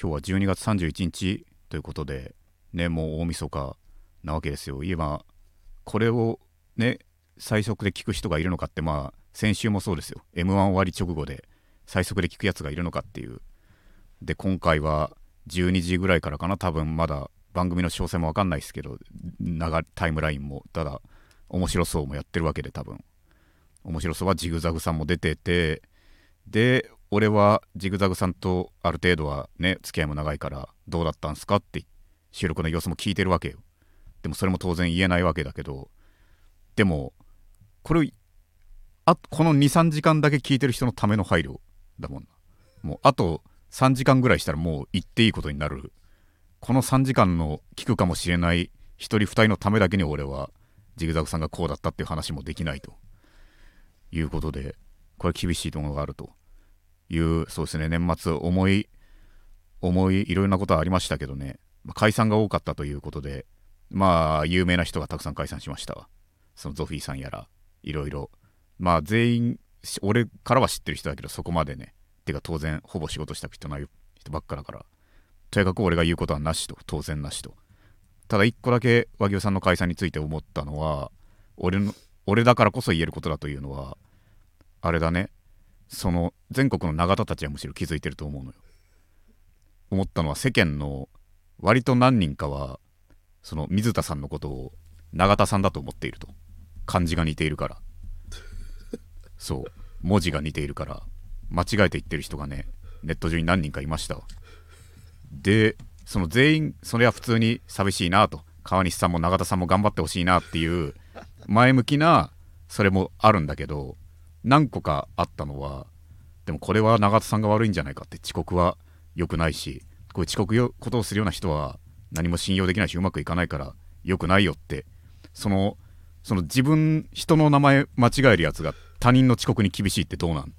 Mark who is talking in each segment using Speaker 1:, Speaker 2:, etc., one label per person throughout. Speaker 1: 今日は12月31日ということで、ね、もう大晦日なわけですよ。今、これをね、最速で聞く人がいるのかって、まあ、先週もそうですよ。M1 終わり直後で、最速で聞くやつがいるのかっていう。で、今回は12時ぐらいからかな、多分まだ番組の詳細もわかんないですけど、長いタイムラインも、ただ、面白そうもやってるわけで、多分。面白そうはジグザグさんも出てて、で、俺はジグザグさんとある程度はね付き合いも長いからどうだったんすかって収録の様子も聞いてるわけよでもそれも当然言えないわけだけどでもこれあこの23時間だけ聞いてる人のための配慮だもんなもうあと3時間ぐらいしたらもう言っていいことになるこの3時間の聞くかもしれない一人二人のためだけに俺はジグザグさんがこうだったっていう話もできないということでこれ厳しいところがあると。いうそうですね年末重い重いいろいろなことはありましたけどね、まあ解散が多かったということでまあ有名な人がたくさん解散しましたそのゾフィーさんやらいろいろまあ全員し俺からは知ってる人だけどそこまでねてか当然ほぼ仕事した人ない人ばっかだからとにかく俺が言うことはなしと当然なしとただ一個だけ和牛さんの解散について思ったのは俺の俺だからこそ言えることだというのはあれだねその全国の永田たちはむしろ気づいてると思うのよ。思ったのは世間の割と何人かはその水田さんのことを永田さんだと思っていると漢字が似ているからそう文字が似ているから間違えて言ってる人がねネット上に何人かいましたわでその全員それは普通に寂しいなと川西さんも永田さんも頑張ってほしいなっていう前向きなそれもあるんだけど何個かあったのはでもこれは永田さんが悪いんじゃないかって遅刻は良くないしこういう遅刻よことをするような人は何も信用できないしうまくいかないから良くないよってそのその自分人の名前間違えるやつが他人の遅刻に厳しいってどうなんて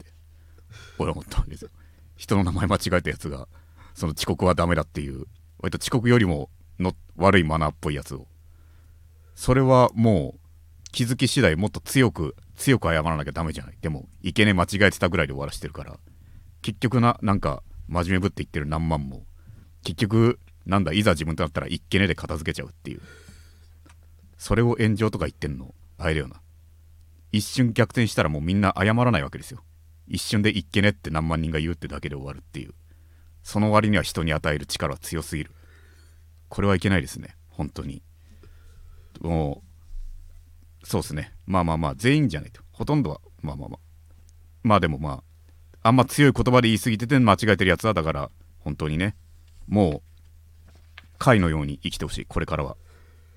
Speaker 1: 俺は思ったわけですよ人の名前間違えたやつがその遅刻はダメだっていう割と遅刻よりもの悪いマナーっぽいやつをそれはもう気づき次第もっと強く強く謝らなきゃダメじゃないでもいけねえ間違えてたぐらいで終わらしてるから結局ななんか真面目ぶって言ってる何万も結局なんだいざ自分となったらいっけねえで片付けちゃうっていうそれを炎上とか言ってんのあれだよな一瞬逆転したらもうみんな謝らないわけですよ一瞬でいっけねえって何万人が言うってだけで終わるっていうその割には人に与える力は強すぎるこれはいけないですね本当にもうそうですね。まあまあまあ、全員じゃないと。ほとんどは、まあまあまあ。まあでもまあ、あんま強い言葉で言い過ぎてて間違えてるやつは、だから、本当にね、もう、貝のように生きてほしい。これからは。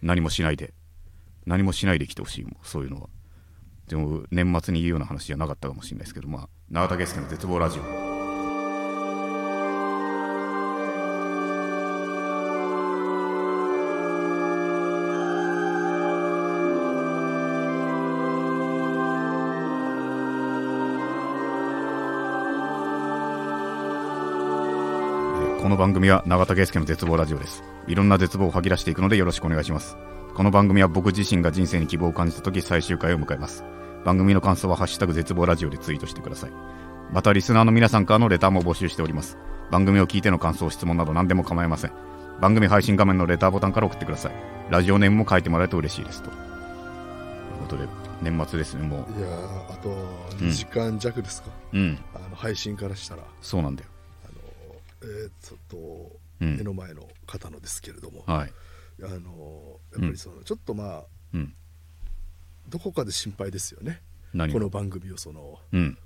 Speaker 1: 何もしないで。何もしないで生きてほしい。もうそういうのは。でも、年末に言うような話じゃなかったかもしれないですけど、まあ、永田圭介の絶望ラジオ。この番組は永田圭介の絶望ラジオです。いろんな絶望を吐き出していくのでよろしくお願いします。この番組は僕自身が人生に希望を感じた時最終回を迎えます。番組の感想はハッシュタグ絶望ラジオでツイートしてください。またリスナーの皆さんからのレターも募集しております。番組を聞いての感想、質問など何でも構いません。番組配信画面のレターボタンから送ってください。ラジオネームも書いてもらえると嬉しいですと。ということで、年末ですね、も
Speaker 2: いやーあと2時間弱ですか、
Speaker 1: う。うん、
Speaker 2: あの配信からしたら、
Speaker 1: そうなんだよ。
Speaker 2: えーちょっと
Speaker 1: うん
Speaker 2: 目の前の方のですけれども、
Speaker 1: はい。
Speaker 2: あのやっぱりそのちょっとまあ
Speaker 1: うん。
Speaker 2: どこかで心配ですよね
Speaker 1: 何
Speaker 2: こ
Speaker 1: を
Speaker 2: の番組をその
Speaker 1: うん。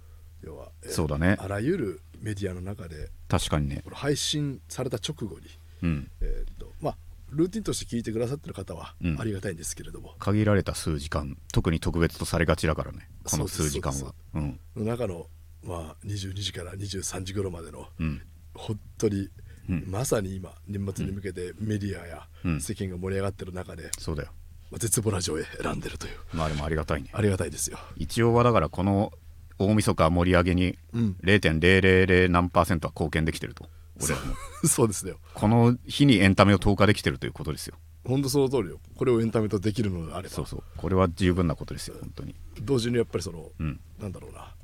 Speaker 2: 要は、えー
Speaker 1: そうだね。
Speaker 2: あらゆるメディアの中で
Speaker 1: 確かにね
Speaker 2: こ。の配信された直後に、
Speaker 1: うん。
Speaker 2: えーとまあ、ルーティンとして聞いてくださってる方は
Speaker 1: うん
Speaker 2: ありがたいんですけれども、
Speaker 1: 限られた数時間特に特別とされがちだからねこの数時間
Speaker 2: そう
Speaker 1: は
Speaker 2: で
Speaker 1: うん
Speaker 2: の中の、まあ、22時から23時頃までの
Speaker 1: うん
Speaker 2: 本当に、
Speaker 1: うん
Speaker 2: まさに今年末に向けてメディアや
Speaker 1: うん
Speaker 2: 世間が盛り上がってる中で、
Speaker 1: そうだよ
Speaker 2: まあ絶望ラジオへ選んでるという
Speaker 1: まあでもありがたいね
Speaker 2: ありがたいですよ
Speaker 1: 一応はだからこの大晦日盛り上げに
Speaker 2: うん
Speaker 1: 0.000何パーセントは貢献できてると俺らも
Speaker 2: そう ですね
Speaker 1: この日にエンタメを投下できてるということですよ
Speaker 2: 本当その通りよこれをエンタメとできるのであれば
Speaker 1: そうそうこれは十分なことですよ本当に
Speaker 2: 同時にやっぱりその、
Speaker 1: うん
Speaker 2: なんだろうな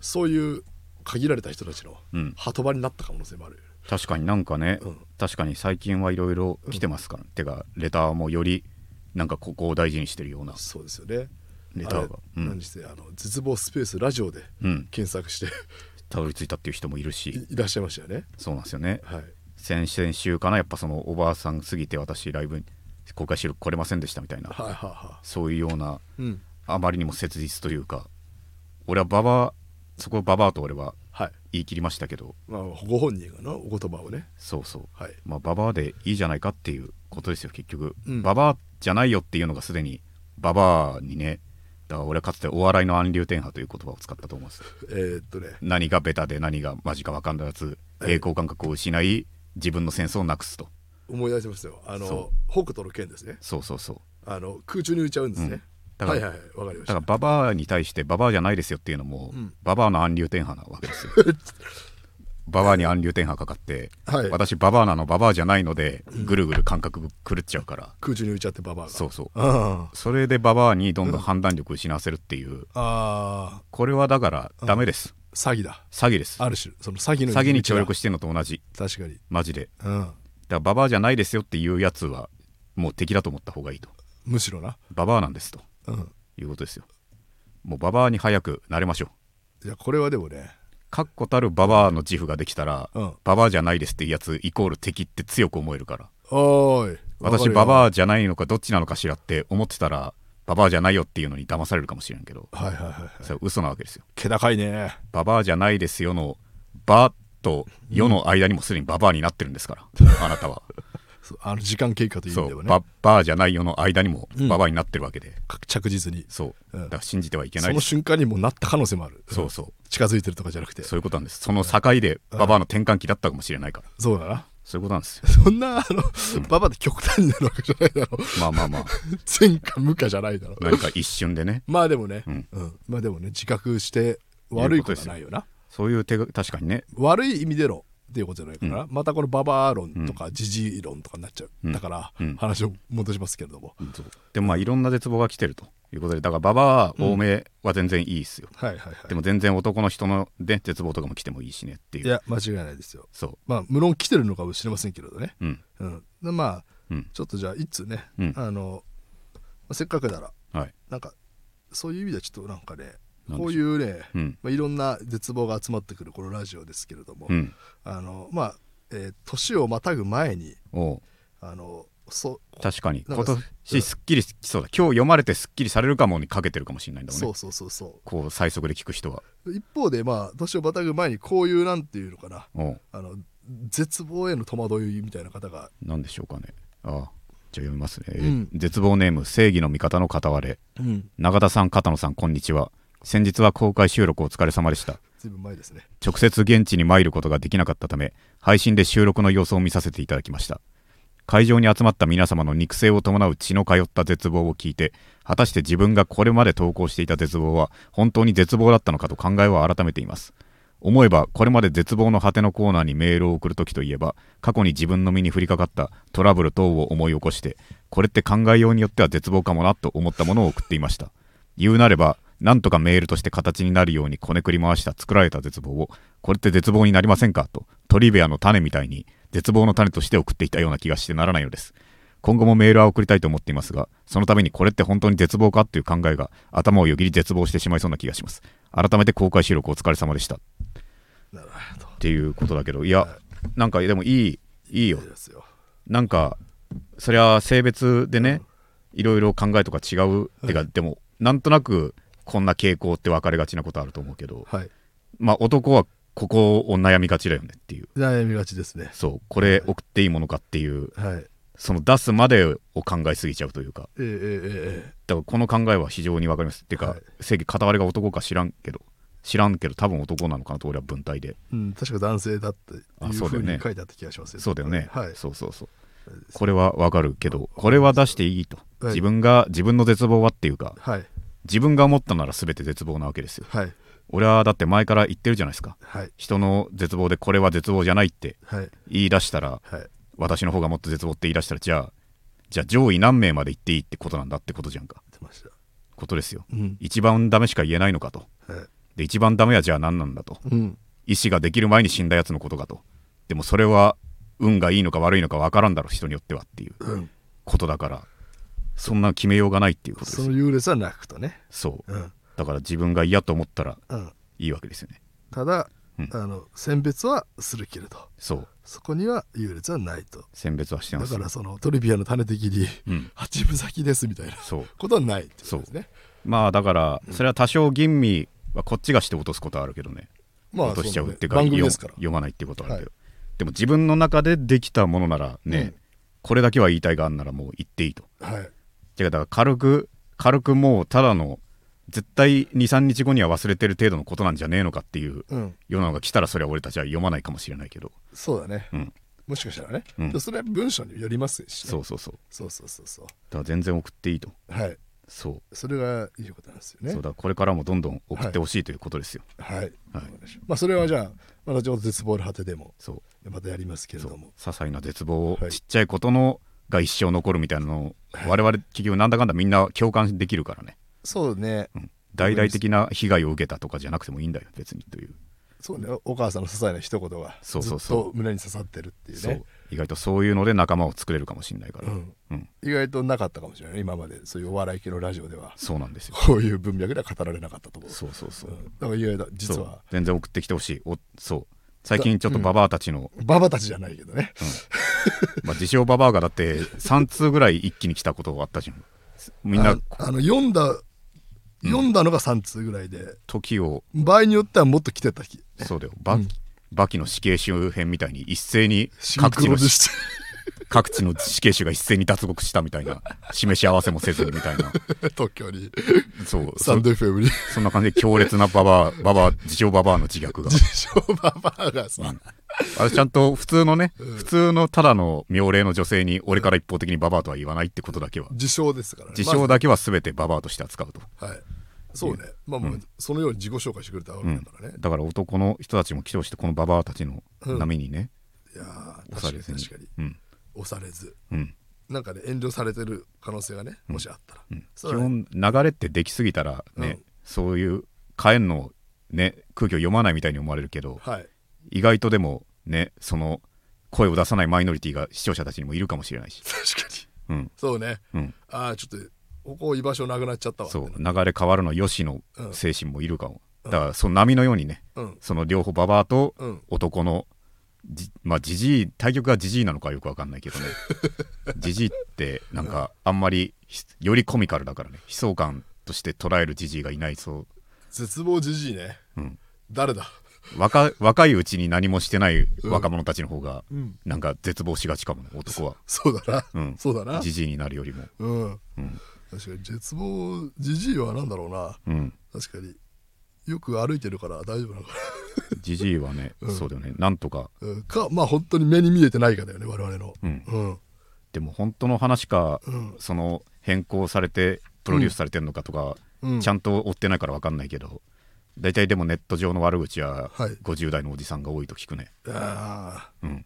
Speaker 2: そういう限られた人たちの
Speaker 1: うん
Speaker 2: 鳩場になった可能性もあるよね
Speaker 1: 確かになんかね、
Speaker 2: うん
Speaker 1: 確かに最近はいろいろ来てますから、てかレターもよりなんかここを大事にしてるような
Speaker 2: そうですよね
Speaker 1: レターが
Speaker 2: あ
Speaker 1: う
Speaker 2: れ
Speaker 1: ん
Speaker 2: 何してあの絶望スペースラジオで
Speaker 1: うん
Speaker 2: 検索して
Speaker 1: たどり着いたっていう人もいるし
Speaker 2: いいらっ しゃいましたよね
Speaker 1: そうなんですよね
Speaker 2: はい
Speaker 1: 先々週かなやっぱそのおばあさん過ぎて私ライブに公開収録来れませんでしたみたいな
Speaker 2: はいはいは
Speaker 1: そういうようない
Speaker 2: うん
Speaker 1: あまりにも切実というか俺はババアそこをババアと俺は
Speaker 2: はい
Speaker 1: 言い切りましたけど
Speaker 2: まあご本人がのお言葉をね
Speaker 1: そうそう
Speaker 2: はい
Speaker 1: まあババアでいいじゃないかっていうことですよ結局、
Speaker 2: うん
Speaker 1: ババアじゃないよっていうのがすでにババアにねだから俺はかつてお笑いの暗流転派という言葉を使ったと思うんです
Speaker 2: えーっとね
Speaker 1: 何がベタで何がマジか分かんないやつ
Speaker 2: はい
Speaker 1: 栄光感覚を失い自分のセンスをなくすと
Speaker 2: 思い出しましたよあ
Speaker 1: そ
Speaker 2: の北斗の剣ですね
Speaker 1: そうそうそう
Speaker 2: あの空中に浮いちゃうんですね、
Speaker 1: だか
Speaker 2: はい
Speaker 1: ら、
Speaker 2: はいはいわかりま
Speaker 1: だ
Speaker 2: し
Speaker 1: か
Speaker 2: た
Speaker 1: らババアに対してババアじゃないですよっていうのも、
Speaker 2: うん
Speaker 1: ババアの暗流転派なわけです よババアに暗流転派かかって、
Speaker 2: はい
Speaker 1: 私ババアなのババアじゃないのでぐるぐる感覚狂っちゃうから、
Speaker 2: 空中に浮いちゃってババアが
Speaker 1: そうそう
Speaker 2: あ
Speaker 1: それでババアにどんどん判断力を失わせるっていう、
Speaker 2: あ
Speaker 1: これはだからダメです、
Speaker 2: ー詐欺だ
Speaker 1: 詐欺です
Speaker 2: ある種その詐欺の
Speaker 1: 詐欺に協力
Speaker 2: し
Speaker 1: してんのと同じ
Speaker 2: 確かに
Speaker 1: マジでだか
Speaker 2: うん
Speaker 1: らババアじゃないですよっていうやつはもう敵だと思った方がいいと
Speaker 2: むしろな
Speaker 1: ババアなんですと
Speaker 2: うん
Speaker 1: いうことですよもうババアに早くなれましょう
Speaker 2: いやこれはでもね
Speaker 1: 確固たるババアの自負ができたら、
Speaker 2: うん
Speaker 1: ババアじゃないですっていうやつイコール敵って強く思えるから
Speaker 2: おーい
Speaker 1: 私ババ
Speaker 2: ア
Speaker 1: アじゃないのかどっちなのかしらって思ってたらババアじゃないよっていうのに騙されるかもしれんけど
Speaker 2: はいはいはいはい
Speaker 1: それは嘘なわけですよ
Speaker 2: 気高いね
Speaker 1: ババアじゃないですよの「バ」と「よ」の間にもすでにババアになってるんですから、あなた は
Speaker 2: そうあの時間経過という意
Speaker 1: そ
Speaker 2: 味では
Speaker 1: う「
Speaker 2: ね
Speaker 1: バ」バーじゃないよの間にも
Speaker 2: うん
Speaker 1: ババアになってるわけで、
Speaker 2: 確着実に
Speaker 1: そう
Speaker 2: う
Speaker 1: だ
Speaker 2: ん
Speaker 1: から信じてはいけな
Speaker 2: そ
Speaker 1: いで
Speaker 2: の
Speaker 1: す
Speaker 2: 瞬間にもうなった可能性もある
Speaker 1: そうそう
Speaker 2: 近づいてるとかじゃなくて
Speaker 1: そういうことなんですその境でババアの転換期だったかもしれないから
Speaker 2: そうだな
Speaker 1: そういうことなんですよ
Speaker 2: そんなあのババアって極端になるわけじゃないだろう
Speaker 1: まあまあまあ
Speaker 2: 前科無科じゃないだろう
Speaker 1: 何か一瞬でね
Speaker 2: まあでもね、
Speaker 1: うん
Speaker 2: うんまあでもね自覚して悪いことはないよな
Speaker 1: そういう手が確かにね
Speaker 2: 悪い意味でのっていうことじゃないから、またこのババア論とかジジイ論とかになっちゃう、だから
Speaker 1: うん
Speaker 2: 話を戻しますけれども、
Speaker 1: そうでもまあいろんな絶望が来てるということでだからババア多めは全然いいですよ、
Speaker 2: はいはいはい
Speaker 1: でも全然男の人の、ね、絶望とかも来てもいいしねってい
Speaker 2: いうや間違いないですよ
Speaker 1: そ
Speaker 2: まあ無論来てるのかもしれませんけれどね、
Speaker 1: ううん
Speaker 2: うん、でまあ
Speaker 1: うん
Speaker 2: ちょっとじゃあいつね、
Speaker 1: うん
Speaker 2: あのせっかくなら
Speaker 1: はい
Speaker 2: なんかそういう意味ではちょっとなんかね
Speaker 1: なんでしょう
Speaker 2: こういうね、
Speaker 1: うん
Speaker 2: まあ、いろんな絶望が集まってくるこのラジオですけれども、
Speaker 1: うん
Speaker 2: あのまあ、えー年をまたぐ前に
Speaker 1: おう
Speaker 2: あのそ
Speaker 1: 確かに
Speaker 2: なん
Speaker 1: 今
Speaker 2: か
Speaker 1: 年すっきりしそうだ今日読まれてすっきりされるかもにかけてるかもしれないんだもんね
Speaker 2: そうそうそうそ
Speaker 1: こう最速で聞く人は
Speaker 2: う一方でまあ年をまたぐ前にこういうなんていうのかな
Speaker 1: おう
Speaker 2: あの絶望への戸惑いみたいな方が
Speaker 1: 何でしょうかねああじゃあ読みますね、えー
Speaker 2: うん
Speaker 1: 絶望ネーム正義の味方の片割れ永田さん片野さんこんにちは先日は公開収録お疲れ様でした
Speaker 2: ずいぶん前ですね
Speaker 1: 直接現地に参ることができなかったため配信で収録の様子を見させていただきました会場に集まった皆様の肉声を伴う血の通った絶望を聞いて果たして自分がこれまで投稿していた絶望は本当に絶望だったのかと考えを改めています思えばこれまで絶望の果てのコーナーにメールを送るときといえば過去に自分の身に降りかかったトラブル等を思い起こしてこれって考えようによっては絶望かもなと思ったものを送っていました言うなればなんとかメールとして形になるようにこねくり回した作られた絶望をこれって絶望になりませんかとトリビアの種みたいに絶望の種として送っていたような気がしてならないのです今後もメールは送りたいと思っていますがそのためにこれって本当に絶望かという考えが頭をよぎり絶望してしまいそうな気がします改めて公開収録お疲れ様でしたっ
Speaker 2: なるほ
Speaker 1: ていうことだけどいやなんかでもいいいいよ
Speaker 2: どいいですよ
Speaker 1: なんかそりゃ性別でねいろいろ考えとか違うてかでもなんとなくこんな傾向って分かれがちなことあると思うけど
Speaker 2: はい
Speaker 1: まあ男はここを悩みがちだよねっていう
Speaker 2: 悩みがちですね
Speaker 1: そうこれ送っていいものかっていう
Speaker 2: はい
Speaker 1: その出すまでを考えすぎちゃうというか
Speaker 2: えええええ
Speaker 1: だからこの考えは非常に分かりますっていうか、
Speaker 2: はい
Speaker 1: 正義片割れが男か知らんけど知らんけど多分男なのかなと俺は文体で
Speaker 2: えうん、確か男性だってい
Speaker 1: あ
Speaker 2: う
Speaker 1: そうだ
Speaker 2: ふ
Speaker 1: よ
Speaker 2: う
Speaker 1: ね
Speaker 2: に書いてあった気がしますよ
Speaker 1: そうだよね、
Speaker 2: はい
Speaker 1: そうそうそう
Speaker 2: そうです
Speaker 1: これは分かるけどこれは出していいと、
Speaker 2: はい
Speaker 1: 自分が自分の絶望はっていうか
Speaker 2: はい
Speaker 1: 自分が思ったなら全て絶望なわけですよ
Speaker 2: はい
Speaker 1: 俺はだって前から言ってるじゃないですか
Speaker 2: はい
Speaker 1: 人の絶望でこれは絶望じゃないって
Speaker 2: はい
Speaker 1: 言い出したら
Speaker 2: はい
Speaker 1: 私の方がもっと絶望って言い出したらじゃあじゃあ上位何名まで言っていいってことなんだってことじゃんか
Speaker 2: 出ました
Speaker 1: ことですよ
Speaker 2: うん
Speaker 1: 一番ダメしか言えないのかと
Speaker 2: はい
Speaker 1: で一番ダメはじゃあ何なんだと
Speaker 2: うん
Speaker 1: 意思ができる前に死んだやつのことかとでもそれは運がいいのか悪いのか分からんだろう人によってはっていう
Speaker 2: うん
Speaker 1: ことだからそんな決めようがないっていうことで
Speaker 2: そ
Speaker 1: す
Speaker 2: の
Speaker 1: よ
Speaker 2: 優劣はなくとね、
Speaker 1: そう
Speaker 2: うん
Speaker 1: だから自分が嫌と思ったら
Speaker 2: うん、
Speaker 1: いいわけですよね
Speaker 2: ただ、
Speaker 1: うん
Speaker 2: あの選別はするけれど
Speaker 1: そう
Speaker 2: そこには優劣はないと
Speaker 1: 選別はしてま
Speaker 2: だ
Speaker 1: す
Speaker 2: からそのトリビアの種的に
Speaker 1: うん
Speaker 2: 八分咲きですみたいな
Speaker 1: そう
Speaker 2: ことはないってことですね
Speaker 1: まあだからそれは多少吟味はこっちがして落とすことはあるけどね
Speaker 2: まあ
Speaker 1: 落としちゃうっていうか
Speaker 2: そのね番組
Speaker 1: 読
Speaker 2: ですから
Speaker 1: 読まないっていうことはあるけど、
Speaker 2: は
Speaker 1: でも自分の中でできたものならね、
Speaker 2: うん
Speaker 1: これだけは言いたいがあんならもう言っていいと
Speaker 2: はい
Speaker 1: てかだから軽く軽くもうただの絶対23日後には忘れてる程度のことなんじゃねえのかっていう
Speaker 2: うん
Speaker 1: 世の中が来たらそれは俺たちは読まないかもしれないけど、
Speaker 2: そうだね
Speaker 1: うん、
Speaker 2: もしかしたらね、
Speaker 1: うん
Speaker 2: でそれは文章によりますしね、
Speaker 1: そうそうそう
Speaker 2: そうそうそうそう
Speaker 1: だから全然送っていいと
Speaker 2: はい
Speaker 1: そう
Speaker 2: それがいいことなんですよね
Speaker 1: そうだからこれからもどんどん送ってほしいということですよ、
Speaker 2: はい、
Speaker 1: はい
Speaker 2: まあそれはじゃあまたちょっと絶望の果てでも
Speaker 1: そう
Speaker 2: またやりますけれ
Speaker 1: そう
Speaker 2: ども
Speaker 1: 些細な絶望を、
Speaker 2: はい
Speaker 1: ちっちゃいことのが一生残るみたいなのを我々企業なんだかんだみんな共感できるからね、
Speaker 2: そうね
Speaker 1: うん、大々的な被害を受けたとかじゃなくてもいいんだよ別にという
Speaker 2: そうねお母さんの些細な一言がず
Speaker 1: そ
Speaker 2: っ
Speaker 1: うそうそう
Speaker 2: と胸に刺さってるっていう
Speaker 1: そ
Speaker 2: ね
Speaker 1: う意外とそういうので仲間を作れるかもしれないから、
Speaker 2: うん
Speaker 1: うん
Speaker 2: 意外となかったかもしれないね今までそういうお笑い系のラジオでは
Speaker 1: そうなんですよ
Speaker 2: こういう文脈では語られなかったと思う
Speaker 1: そうそうそう、
Speaker 2: うんだから意外と実
Speaker 1: そう
Speaker 2: は
Speaker 1: 全然送ってきてほしいおそう最近ちょっとババアたちの、
Speaker 2: ババたちじゃないけどね
Speaker 1: まあ、自称ババアがだって3通ぐらい一気に来たことがあったじゃんみん
Speaker 2: あ
Speaker 1: な
Speaker 2: あの読んだ読んだのが3通ぐらいで、
Speaker 1: 時を
Speaker 2: 場合によってはもっと来てた気
Speaker 1: そうだよバ,、
Speaker 2: うん
Speaker 1: バキの死刑囚編みたいに一斉に
Speaker 2: シン
Speaker 1: 各
Speaker 2: ク
Speaker 1: 地
Speaker 2: ロ
Speaker 1: の
Speaker 2: でして
Speaker 1: 各地の死刑囚が一斉に脱獄したみたいな示し合わせもせずにみたいな
Speaker 2: 東京に
Speaker 1: そう
Speaker 2: サ
Speaker 1: そ
Speaker 2: ンド FM に
Speaker 1: そんな感じで強烈なババアババア自称ババアの自虐が
Speaker 2: 自称ババアがさ、
Speaker 1: あれちゃんと普通のね、普通のただの妙齢の女性に俺から一方的にババアとは言わないってことだけは
Speaker 2: 自称ですからね
Speaker 1: 自称だけは全てババアとして扱うと
Speaker 2: まずはいそうねまあもうそのように自己紹介してくれたわけだからね、
Speaker 1: だから男の人たちも来てほしいこのババアたちの波にね、
Speaker 2: いやー
Speaker 1: 押さ
Speaker 2: 確
Speaker 1: れ
Speaker 2: か
Speaker 1: ず
Speaker 2: に
Speaker 1: に
Speaker 2: 確かに
Speaker 1: うん
Speaker 2: 押されず
Speaker 1: うん
Speaker 2: なんかね遠慮されてる可能性がねもしあったら、そ
Speaker 1: 基
Speaker 2: れはね
Speaker 1: 本流れってできすぎたらね、
Speaker 2: うん
Speaker 1: そういう変えんのね空気を読まないみたいに思われるけど
Speaker 2: はい
Speaker 1: 意外とでもねその声を出さないマイノリティが視聴者たちにもいるかもしれないし、
Speaker 2: 確かに
Speaker 1: うん
Speaker 2: そうね
Speaker 1: うん、
Speaker 2: ああちょっとここ居場所なくなっちゃったわ
Speaker 1: そう流れ変わるのよしの
Speaker 2: うん
Speaker 1: 精神もいるかも、だからその波のようにね
Speaker 2: うん
Speaker 1: その両方ババアと
Speaker 2: うん
Speaker 1: 男のじまあじじい対局がじじいなのかはよくわかんないけど ねじじいってなんかあんまりひよりコミカルだからね悲壮感として捉えるじじいがいないそ
Speaker 2: 絶望じじいね、
Speaker 1: うん
Speaker 2: 誰だ
Speaker 1: う若若いうちに何もしてない若者たちの方が
Speaker 2: うん
Speaker 1: なんか絶望しがちかもね男は
Speaker 2: そうだな、
Speaker 1: うん
Speaker 2: そうだな
Speaker 1: じじいになるよりも
Speaker 2: うん、
Speaker 1: うん
Speaker 2: 確かに絶望じじいはなんだろうな
Speaker 1: うん
Speaker 2: 確かによく歩いてるから大丈夫なのか
Speaker 1: じじいはね、
Speaker 2: うん
Speaker 1: そうだよねなんとか
Speaker 2: な、うん、かまあ本当に目に見えてないかだよね我々の
Speaker 1: うん
Speaker 2: うん
Speaker 1: でも本当の話か、
Speaker 2: うん
Speaker 1: その変更されてプロデュースされてるのかとか、
Speaker 2: うん
Speaker 1: ちゃんと追ってないから分かんないけど大体でもネット上の悪口は
Speaker 2: はい
Speaker 1: 50代のおじさんが多いと聞くね、
Speaker 2: ああ
Speaker 1: うん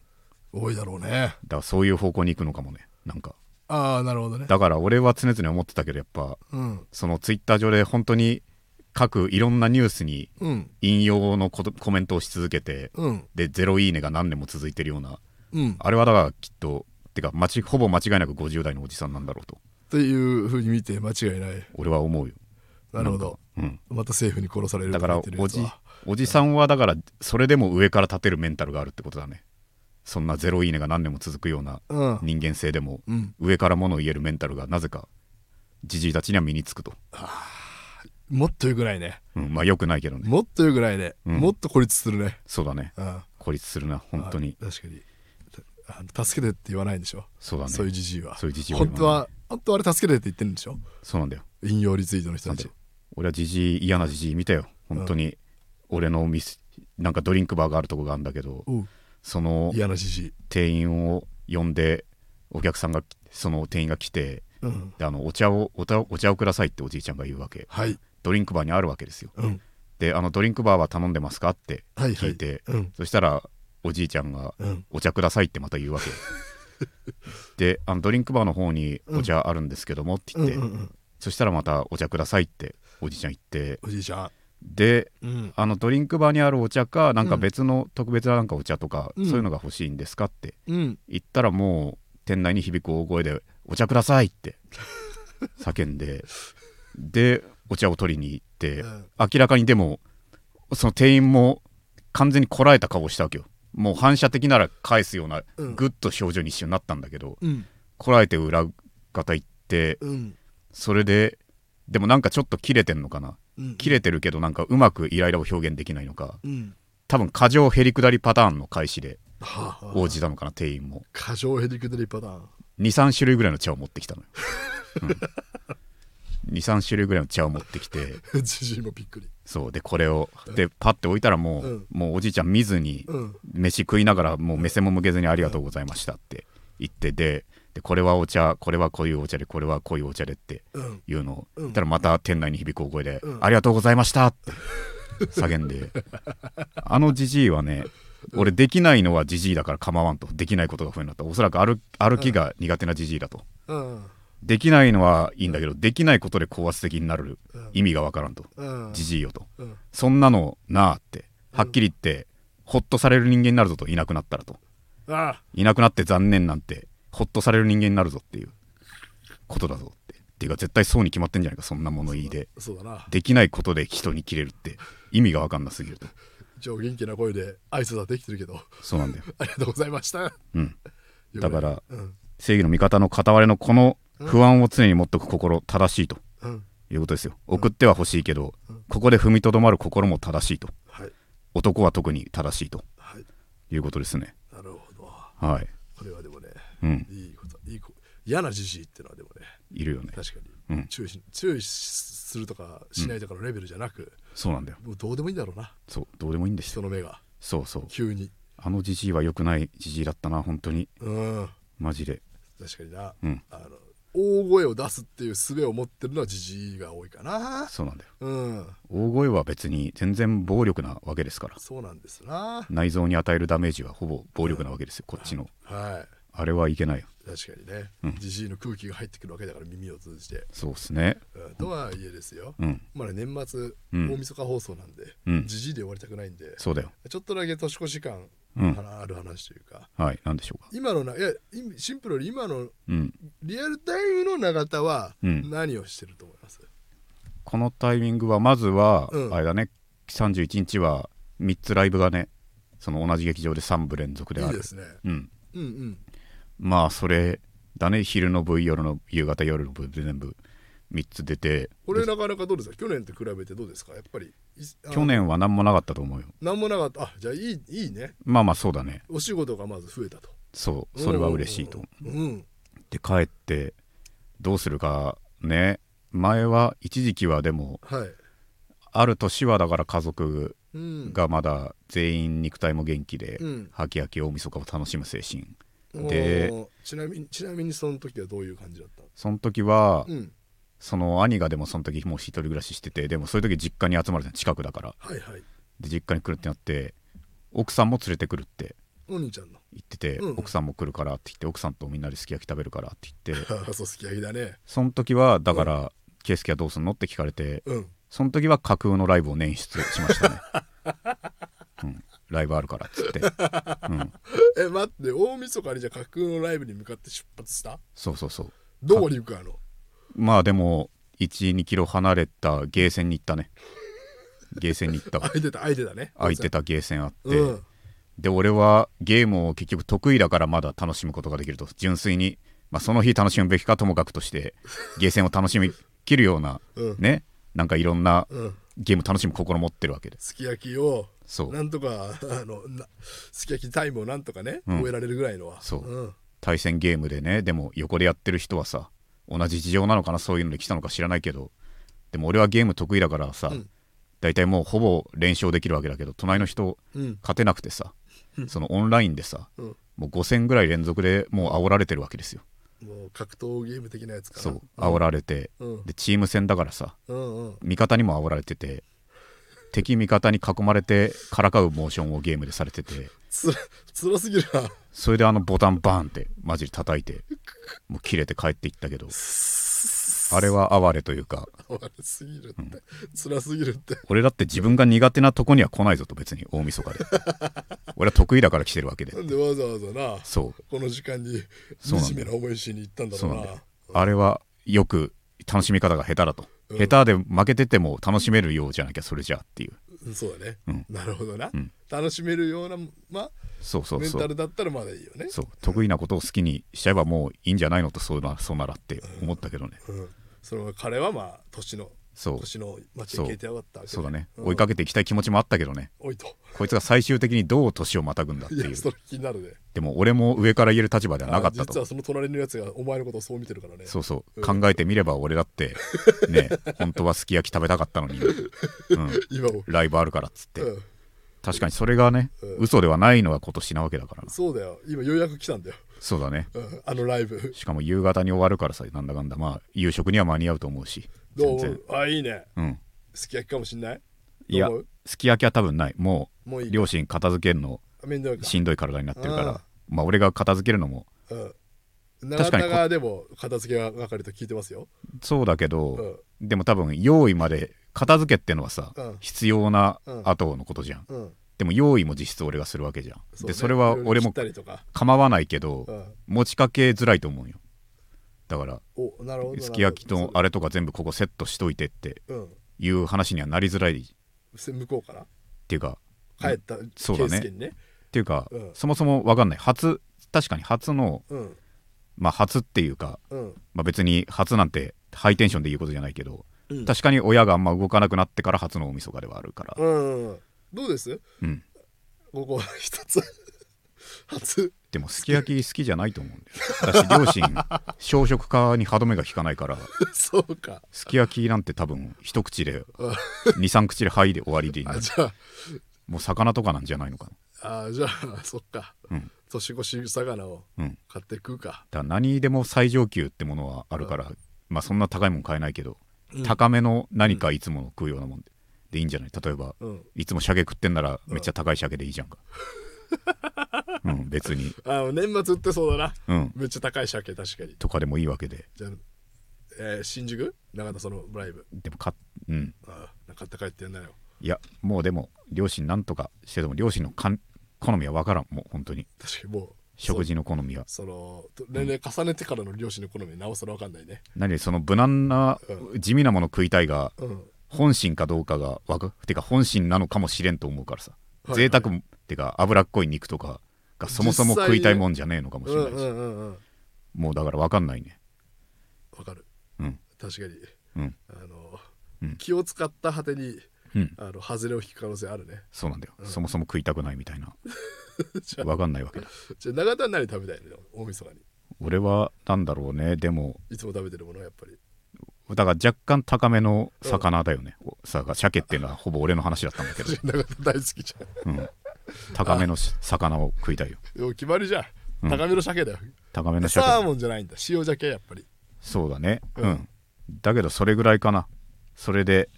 Speaker 2: 多いだろうね
Speaker 1: だからそういう方向に行くのかもねなんか
Speaker 2: ああなるほどね
Speaker 1: だから俺は常々思ってたけどやっぱ
Speaker 2: うん
Speaker 1: そのツイッター上で本当に各いろんなニュースに
Speaker 2: うん
Speaker 1: 引用のことコメントをし続けて
Speaker 2: うん
Speaker 1: でゼロいいねが何年も続いてるような
Speaker 2: うん
Speaker 1: あれはだからきっとてか間ちほぼ間違いなく50代のおじさんなんだろうと
Speaker 2: というふうに見て間違いない
Speaker 1: 俺は思うよ、
Speaker 2: なるほど
Speaker 1: うん、
Speaker 2: また政府に殺される
Speaker 1: だから
Speaker 2: って言
Speaker 1: お
Speaker 2: って
Speaker 1: じ
Speaker 2: るやつは
Speaker 1: おじさんはだからそれでも上から立てるメンタルがあるってことだねそんなゼロいいねが何年も続くような
Speaker 2: うん
Speaker 1: 人間性でも
Speaker 2: うん
Speaker 1: 上から物を言えるメンタルがなぜかじじいたちには身につくと、
Speaker 2: もっと言うぐらいね
Speaker 1: うん、まあよくないけどね
Speaker 2: もっと言うぐらいね、
Speaker 1: うん
Speaker 2: もっと孤立するね
Speaker 1: そうだね
Speaker 2: うん
Speaker 1: 孤立するな本当に
Speaker 2: あ確かにたあの助けてって言わないんでしょ
Speaker 1: そうだね
Speaker 2: そ
Speaker 1: そう
Speaker 2: いううじじいは
Speaker 1: いうじじい
Speaker 2: 本当は本当はあれ助けてって言ってるんでしょ
Speaker 1: そうなんだよ
Speaker 2: 引用リツイートの人たち
Speaker 1: 俺はじじい嫌なじじい見たよ本当に俺のミスなんかドリンクバーがあるとこがあるんだけど
Speaker 2: おう
Speaker 1: その
Speaker 2: 嫌なじじい、
Speaker 1: 店員を呼んでお客さんがその店員が来て
Speaker 2: うん、
Speaker 1: であのお茶をお茶お茶をくださいっておじいちゃんが言うわけ
Speaker 2: はい、
Speaker 1: ドリンクバーにあるわけですよ
Speaker 2: うん、
Speaker 1: であのドリンクバーは頼んでますかって
Speaker 2: はいは
Speaker 1: 聞
Speaker 2: い
Speaker 1: いて、
Speaker 2: うん
Speaker 1: そしたらおじいちゃんが
Speaker 2: うん
Speaker 1: 「お茶ください」ってまた言うわ けであのドリンクバーの方に「お茶あるんですけども」って
Speaker 2: う
Speaker 1: 言っ
Speaker 2: んう
Speaker 1: て、
Speaker 2: んうん
Speaker 1: そしたらまた「お茶ください」っておじいちゃん言って
Speaker 2: おじいちゃん
Speaker 1: で
Speaker 2: うん
Speaker 1: あのドリンクバーにあるお茶かなんか別の特別ななんかお茶とか、
Speaker 2: うん
Speaker 1: そういうのが欲しいんですかって
Speaker 2: うん
Speaker 1: 言ったらもう店内に響く大声で「お茶ください!」って 叫んででお茶を取りに行って
Speaker 2: うん
Speaker 1: 明らかにでもその店員も完全にこらえた顔をしたわけよもう反射的なら返すような
Speaker 2: うん
Speaker 1: グッと表情に一瞬なったんだけど
Speaker 2: うん
Speaker 1: こらえて裏方行って
Speaker 2: うん
Speaker 1: それででもなんかちょっと切れてんのかな
Speaker 2: うん
Speaker 1: 切れてるけどなんかうまくイライラを表現できないのか
Speaker 2: うん
Speaker 1: 多分過剰へりくだりパターンの開始で
Speaker 2: はあ
Speaker 1: 応じたのかな店員も
Speaker 2: 過剰ヘリクデリパターン
Speaker 1: 23種類ぐらいの茶を持ってきたのよ、 うん、23種類ぐらいの茶を持ってきて
Speaker 2: じじいもびっくり
Speaker 1: そうでこれをでパッて置いたらもう、
Speaker 2: うん
Speaker 1: もうおじいちゃん見ずに
Speaker 2: うん
Speaker 1: 飯食いながらもう目線も向けずに「ありがとうございました」って言ってででこれはお茶これはこういうお茶でこれはこういうお茶でって
Speaker 2: うん
Speaker 1: いうのを、
Speaker 2: うん
Speaker 1: 言ったらまた店内に響く大声で「
Speaker 2: うん
Speaker 1: ありがとうございました」って叫ん であのじじいはね俺できないのはじじいだから構わんとできないことが不安になったおそらく歩歩きが苦手なじじいだと
Speaker 2: うん
Speaker 1: できないのはいいんだけどできないことで高圧的になる
Speaker 2: うん
Speaker 1: 意味がわからんと
Speaker 2: うん
Speaker 1: じじいよと
Speaker 2: うん
Speaker 1: そんなのなあってはっきり言ってほっとされる人間になるぞといなくなったらと
Speaker 2: あ
Speaker 1: いなくなって残念なんてほっとされる人間になるぞっていうことだぞってっていうか絶対そうに決まってんじゃないかそんな物言いで
Speaker 2: そうだな
Speaker 1: できないことで人に切れるって意味がわかんなすぎると
Speaker 2: 一応元気な声で挨拶はできてるけど
Speaker 1: そうなんだよ
Speaker 2: ありがとうございました
Speaker 1: うんだから
Speaker 2: うん
Speaker 1: 正義の味方の片割れのこの不安を常に持っとく心正しいと
Speaker 2: うん
Speaker 1: いうことですよ送っては欲しいけど
Speaker 2: うん
Speaker 1: ここで踏みとどまる心も正しいと
Speaker 2: はい
Speaker 1: 男は特に正しいと
Speaker 2: はい
Speaker 1: いうことですね
Speaker 2: なるほど
Speaker 1: はい
Speaker 2: これはでもね
Speaker 1: うん
Speaker 2: いいこといいこ嫌なじじいってのはでもね
Speaker 1: いるよね
Speaker 2: 確かに、
Speaker 1: うん
Speaker 2: 注意し注意するとかしないとかのレベルじゃなく、
Speaker 1: そうなんだよ
Speaker 2: もうどうでもいいんだろうな
Speaker 1: そうどうでもいいんですよ
Speaker 2: 人の目が
Speaker 1: そうそう
Speaker 2: 急に
Speaker 1: あのじじいは良くないじじいだったな本当に
Speaker 2: うん
Speaker 1: マジで
Speaker 2: 確かにな、
Speaker 1: うん
Speaker 2: あの大声を出すっていう術を持ってるのはじじいが多いかな
Speaker 1: そうなんだよ
Speaker 2: うん
Speaker 1: 大声は別に全然暴力なわけですから
Speaker 2: そうなんですな
Speaker 1: 内臓に与えるダメージはほぼ暴力なわけですよこっちの
Speaker 2: はい
Speaker 1: あれはいけないよ
Speaker 2: 確かにねじじいの空気が入ってくるわけだから耳を通じて、
Speaker 1: そうっすね
Speaker 2: うん、とはいえですよ、
Speaker 1: うん
Speaker 2: まあね、年末
Speaker 1: うん
Speaker 2: 大晦日放送なんで
Speaker 1: うん
Speaker 2: じじいで終わりたくないんで
Speaker 1: そうだよ
Speaker 2: ちょっとだけ年越し感
Speaker 1: うん
Speaker 2: ある話というか、
Speaker 1: はい何でしょうか
Speaker 2: 今のないや今シンプルに今の
Speaker 1: うん
Speaker 2: リアルタイムの永田は
Speaker 1: うん
Speaker 2: 何をしてると思います、
Speaker 1: このタイミングはまずは、
Speaker 2: うん
Speaker 1: あれだね31日は3つライブがねその同じ劇場で3部連続であ
Speaker 2: いい
Speaker 1: る
Speaker 2: ですね
Speaker 1: うん
Speaker 2: うんうん
Speaker 1: まあそれだね昼の部夜の部夕方夜の部で全部3つ出て
Speaker 2: これなかなかどうですか去年と比べてどうですかやっぱりいあの
Speaker 1: 去年は何もなかったと思うよ
Speaker 2: 何もなかったあじゃあいいいいね
Speaker 1: まあまあそうだね
Speaker 2: お仕事がまず増えたと
Speaker 1: そうそれは嬉しいと
Speaker 2: うんうん
Speaker 1: で帰ってどうするかね前は一時期はでも
Speaker 2: はい、
Speaker 1: ある年はだから家族
Speaker 2: うん、
Speaker 1: がまだ全員肉体も元気で、
Speaker 2: うん
Speaker 1: ハキハキ大晦日を楽しむ精神で
Speaker 2: おーちなみにちなみにその時はどういう感じだったの
Speaker 1: その時は、
Speaker 2: うん
Speaker 1: その兄がでもその時もう一人暮らししててでもそういう時実家に集まるじゃん近くだから
Speaker 2: はいはい
Speaker 1: で実家に来るってなって奥さんも連れてくるって
Speaker 2: お兄ちゃんの
Speaker 1: 言ってて、
Speaker 2: うん
Speaker 1: 奥さんも来るからって言って奥さんとみんなですき焼き食べるからって言って
Speaker 2: そうすき焼きだね
Speaker 1: その時はだから「圭介はどうすんの?」って聞かれて
Speaker 2: うん
Speaker 1: その時は架空のライブを捻出しましたね、 うん、ライブあるからっつって、うん、
Speaker 2: え待って大晦日にじゃあ架空のライブに向かって出発した
Speaker 1: そうそうそう
Speaker 2: どこに向かうの
Speaker 1: まあでも12キロ離れたゲーセンに行ったねゲーセンに行ったわ
Speaker 2: 空いてた空いてたね
Speaker 1: 空いてたゲーセンあって、
Speaker 2: うん
Speaker 1: で俺はゲームを結局得意だからまだ楽しむことができると純粋に、まあ、その日楽しむべきかともかくとしてゲーセンを楽しみきるような、
Speaker 2: うん
Speaker 1: ねなんかいろんな
Speaker 2: うん
Speaker 1: ゲーム楽しむ心持ってるわけです
Speaker 2: すき焼きを
Speaker 1: そう
Speaker 2: なんとかあのなすき焼きタイムをなんとかね、
Speaker 1: うん
Speaker 2: 終えられるぐらいのは
Speaker 1: そうん対戦ゲームでねでも横でやってる人はさ同じ事情なのかなそういうので来たのか知らないけどでも俺はゲーム得意だからさ、
Speaker 2: うん
Speaker 1: 大体もうほぼ連勝できるわけだけど隣の人
Speaker 2: うん
Speaker 1: 勝てなくてさそのオンラインでさ
Speaker 2: うん
Speaker 1: もう5000ぐらい連続でもう煽られてるわけですよ
Speaker 2: もう格闘ゲーム的なやつかな
Speaker 1: そう煽られて
Speaker 2: うん
Speaker 1: でチーム戦だからさ
Speaker 2: うんうん
Speaker 1: 味方にも煽られてて敵味方に囲まれてからかうモーションをゲームでされてて
Speaker 2: つらつらすぎるな
Speaker 1: それであのボタンバーンってマジで叩いてもう切れて帰っていったけどあれは哀れというか
Speaker 2: 悪すぎるって、辛すぎるって
Speaker 1: 俺だって自分が苦手なとこには来ないぞと別に大晦日で 俺は得意だから来てるわけで
Speaker 2: なんでわざわざな
Speaker 1: そう
Speaker 2: この時間に
Speaker 1: そうなん
Speaker 2: 惨
Speaker 1: だ
Speaker 2: め
Speaker 1: よ
Speaker 2: な思いしに行ったんだ
Speaker 1: そう
Speaker 2: ろう
Speaker 1: なん
Speaker 2: な
Speaker 1: だよあれはよく楽しみ方が下手だと、
Speaker 2: うん
Speaker 1: 下手で負けてても楽しめるようじゃなきゃそれじゃっていう
Speaker 2: うんそうだね、
Speaker 1: うん
Speaker 2: なるほどな、
Speaker 1: うん
Speaker 2: 楽しめるような、ま
Speaker 1: そうそう
Speaker 2: メン
Speaker 1: そ
Speaker 2: タ
Speaker 1: う
Speaker 2: ルだったらまだいいよね
Speaker 1: そう得意なことを好きにしちゃえばもういいんじゃないのとそうなそうならって思ったけどね、
Speaker 2: うん、その彼はまあ年の
Speaker 1: そう
Speaker 2: 年の街に消えてやがったわけ
Speaker 1: そうだね、
Speaker 2: ん
Speaker 1: 追いかけていきたい気持ちもあったけどね
Speaker 2: おいと
Speaker 1: こいつが最終的にどう年をまたぐんだって
Speaker 2: い
Speaker 1: いう
Speaker 2: やそれ気になるね
Speaker 1: でも俺も上から言える立場ではなかっ
Speaker 2: あ
Speaker 1: た
Speaker 2: 実
Speaker 1: と
Speaker 2: はその隣のやつがお前のことをそう見てるからね
Speaker 1: そうそう考えてみれば俺だ ってね本当はすき焼き食べたかったのに、うん、
Speaker 2: 今も、
Speaker 1: ライブあるからっつって、
Speaker 2: うん、
Speaker 1: 確かにそれがね、
Speaker 2: うん
Speaker 1: 嘘ではないのが今年なわけだからな
Speaker 2: そうだよ今ようやく来たんだよ、
Speaker 1: そうだね
Speaker 2: うん、あのライブ
Speaker 1: しかも夕方に終わるからさなんだかんだまあ夕食には間に合うと思うし
Speaker 2: どう
Speaker 1: 全
Speaker 2: 思
Speaker 1: 然
Speaker 2: うあいいね
Speaker 1: うん
Speaker 2: すき焼きかもしんない
Speaker 1: いや
Speaker 2: どう思う
Speaker 1: すき焼きは多分ないも
Speaker 2: もういうい
Speaker 1: 両親片付けるの
Speaker 2: あ面倒いか
Speaker 1: しんどい体になってるか
Speaker 2: あ
Speaker 1: ら
Speaker 2: ー
Speaker 1: まあ俺が片付けるのも
Speaker 2: うん
Speaker 1: 確
Speaker 2: 長
Speaker 1: か
Speaker 2: 田
Speaker 1: にこ
Speaker 2: がでも片付けが係と聞いてますよ、
Speaker 1: そうだけど、
Speaker 2: うん
Speaker 1: でも多分用意まで片付けってのはさ、
Speaker 2: うん
Speaker 1: 必要な
Speaker 2: うん
Speaker 1: 後のことじゃん、
Speaker 2: うん
Speaker 1: でも用意も実質俺がするわけじゃん
Speaker 2: うね
Speaker 1: でそれはい
Speaker 2: ろいろ
Speaker 1: 俺
Speaker 2: 切
Speaker 1: も
Speaker 2: ったりとか、
Speaker 1: 構わないけど、
Speaker 2: うん、
Speaker 1: 持ちかけづらいと思うよだから
Speaker 2: おなるほど
Speaker 1: すき焼きと
Speaker 2: あ
Speaker 1: あれとか全部ここセットしといてって
Speaker 2: うん
Speaker 1: いう話にはなりづらいっ
Speaker 2: せ向こうから
Speaker 1: ていうか
Speaker 2: 帰った
Speaker 1: そ
Speaker 2: ケ
Speaker 1: うだね
Speaker 2: ースケにね
Speaker 1: っていうか、
Speaker 2: うん
Speaker 1: そもそも分かんない初確かに初の
Speaker 2: うん
Speaker 1: まあ初っていうか、
Speaker 2: うん
Speaker 1: まあ、別に初なんてハイテンションで言うことじゃないけど、
Speaker 2: うん
Speaker 1: 確かに親があんま動かなくなってから初の大晦日ではあるから、
Speaker 2: うんうんどうです
Speaker 1: うん
Speaker 2: ここ一つ 初
Speaker 1: でもすき焼き好きじゃないと思うんだよ私両親 小食化に歯止めが効かないから
Speaker 2: そうか
Speaker 1: すき焼きなんて多分一口 で
Speaker 2: あ
Speaker 1: 23口で「はい」で終わりでいいんだ
Speaker 2: あじゃ
Speaker 1: もう魚とかなんじゃないのか
Speaker 2: ああじゃあそっか、
Speaker 1: うん
Speaker 2: 年越し魚を
Speaker 1: なうん
Speaker 2: 買って食うか
Speaker 1: だから何でも最上級ってものはあるから、まあそんな高いもん買えないけど、
Speaker 2: うん
Speaker 1: 高めの何かいつもの食うようなもんででいいんじゃない例えば、
Speaker 2: うん
Speaker 1: いつも鮭食ってんならめっちゃ高い鮭でいいじゃ んかうん別に
Speaker 2: あ年末ってそうだ
Speaker 1: う
Speaker 2: な
Speaker 1: ん
Speaker 2: めっちゃ高い鮭確かに
Speaker 1: とかでもいいわけで
Speaker 2: じゃあ、えー新宿長田そのライブ
Speaker 1: でもかうん
Speaker 2: ああ買って帰ってやんなよ
Speaker 1: いやもうでも両親なんとかしてでも両親のかん好みは分からんもう本当に
Speaker 2: 確かにもう
Speaker 1: 食事の好みは
Speaker 2: そのと年齢重ねてからの両親の好みなおさらわかんないね
Speaker 1: 何よりその無難な地味なもの食いたいが、
Speaker 2: うん
Speaker 1: 本心かどうかがわかてか本心なのかもしれんと思うからさ、
Speaker 2: はい
Speaker 1: 贅沢もてか脂っこい肉とかがそもそも食いたいもんじゃねえのかもし
Speaker 2: う
Speaker 1: れ
Speaker 2: ん
Speaker 1: ないうし、
Speaker 2: んうんうん
Speaker 1: もうだから分かんないね
Speaker 2: わかる
Speaker 1: うん
Speaker 2: 確かに
Speaker 1: うん
Speaker 2: あの、
Speaker 1: うん
Speaker 2: 気を使った果てに
Speaker 1: うん
Speaker 2: あの外れを引く可能性あるね
Speaker 1: そうなんだよ、そもそも食いたくないみたいな
Speaker 2: じゃあ
Speaker 1: 分かんないわけだ
Speaker 2: じゃあ長田は何食べたいの大晦日に
Speaker 1: 俺はなんだろうねでも
Speaker 2: いつも食べてるものはやっぱ り
Speaker 1: だから若干高めの魚だよね、おさが鮭っていうのはほぼ俺の話だったんだけ ど、
Speaker 2: 長田大好きじゃん
Speaker 1: うん、高めのし魚を食いたいよ
Speaker 2: でも決まりじゃん、
Speaker 1: ん
Speaker 2: 高めの鮭だよ
Speaker 1: 高めの鮭
Speaker 2: サーモンじゃないんだ塩鮭やっぱり
Speaker 1: そうだねう、
Speaker 2: うんん
Speaker 1: だけどそれぐらいかなそれで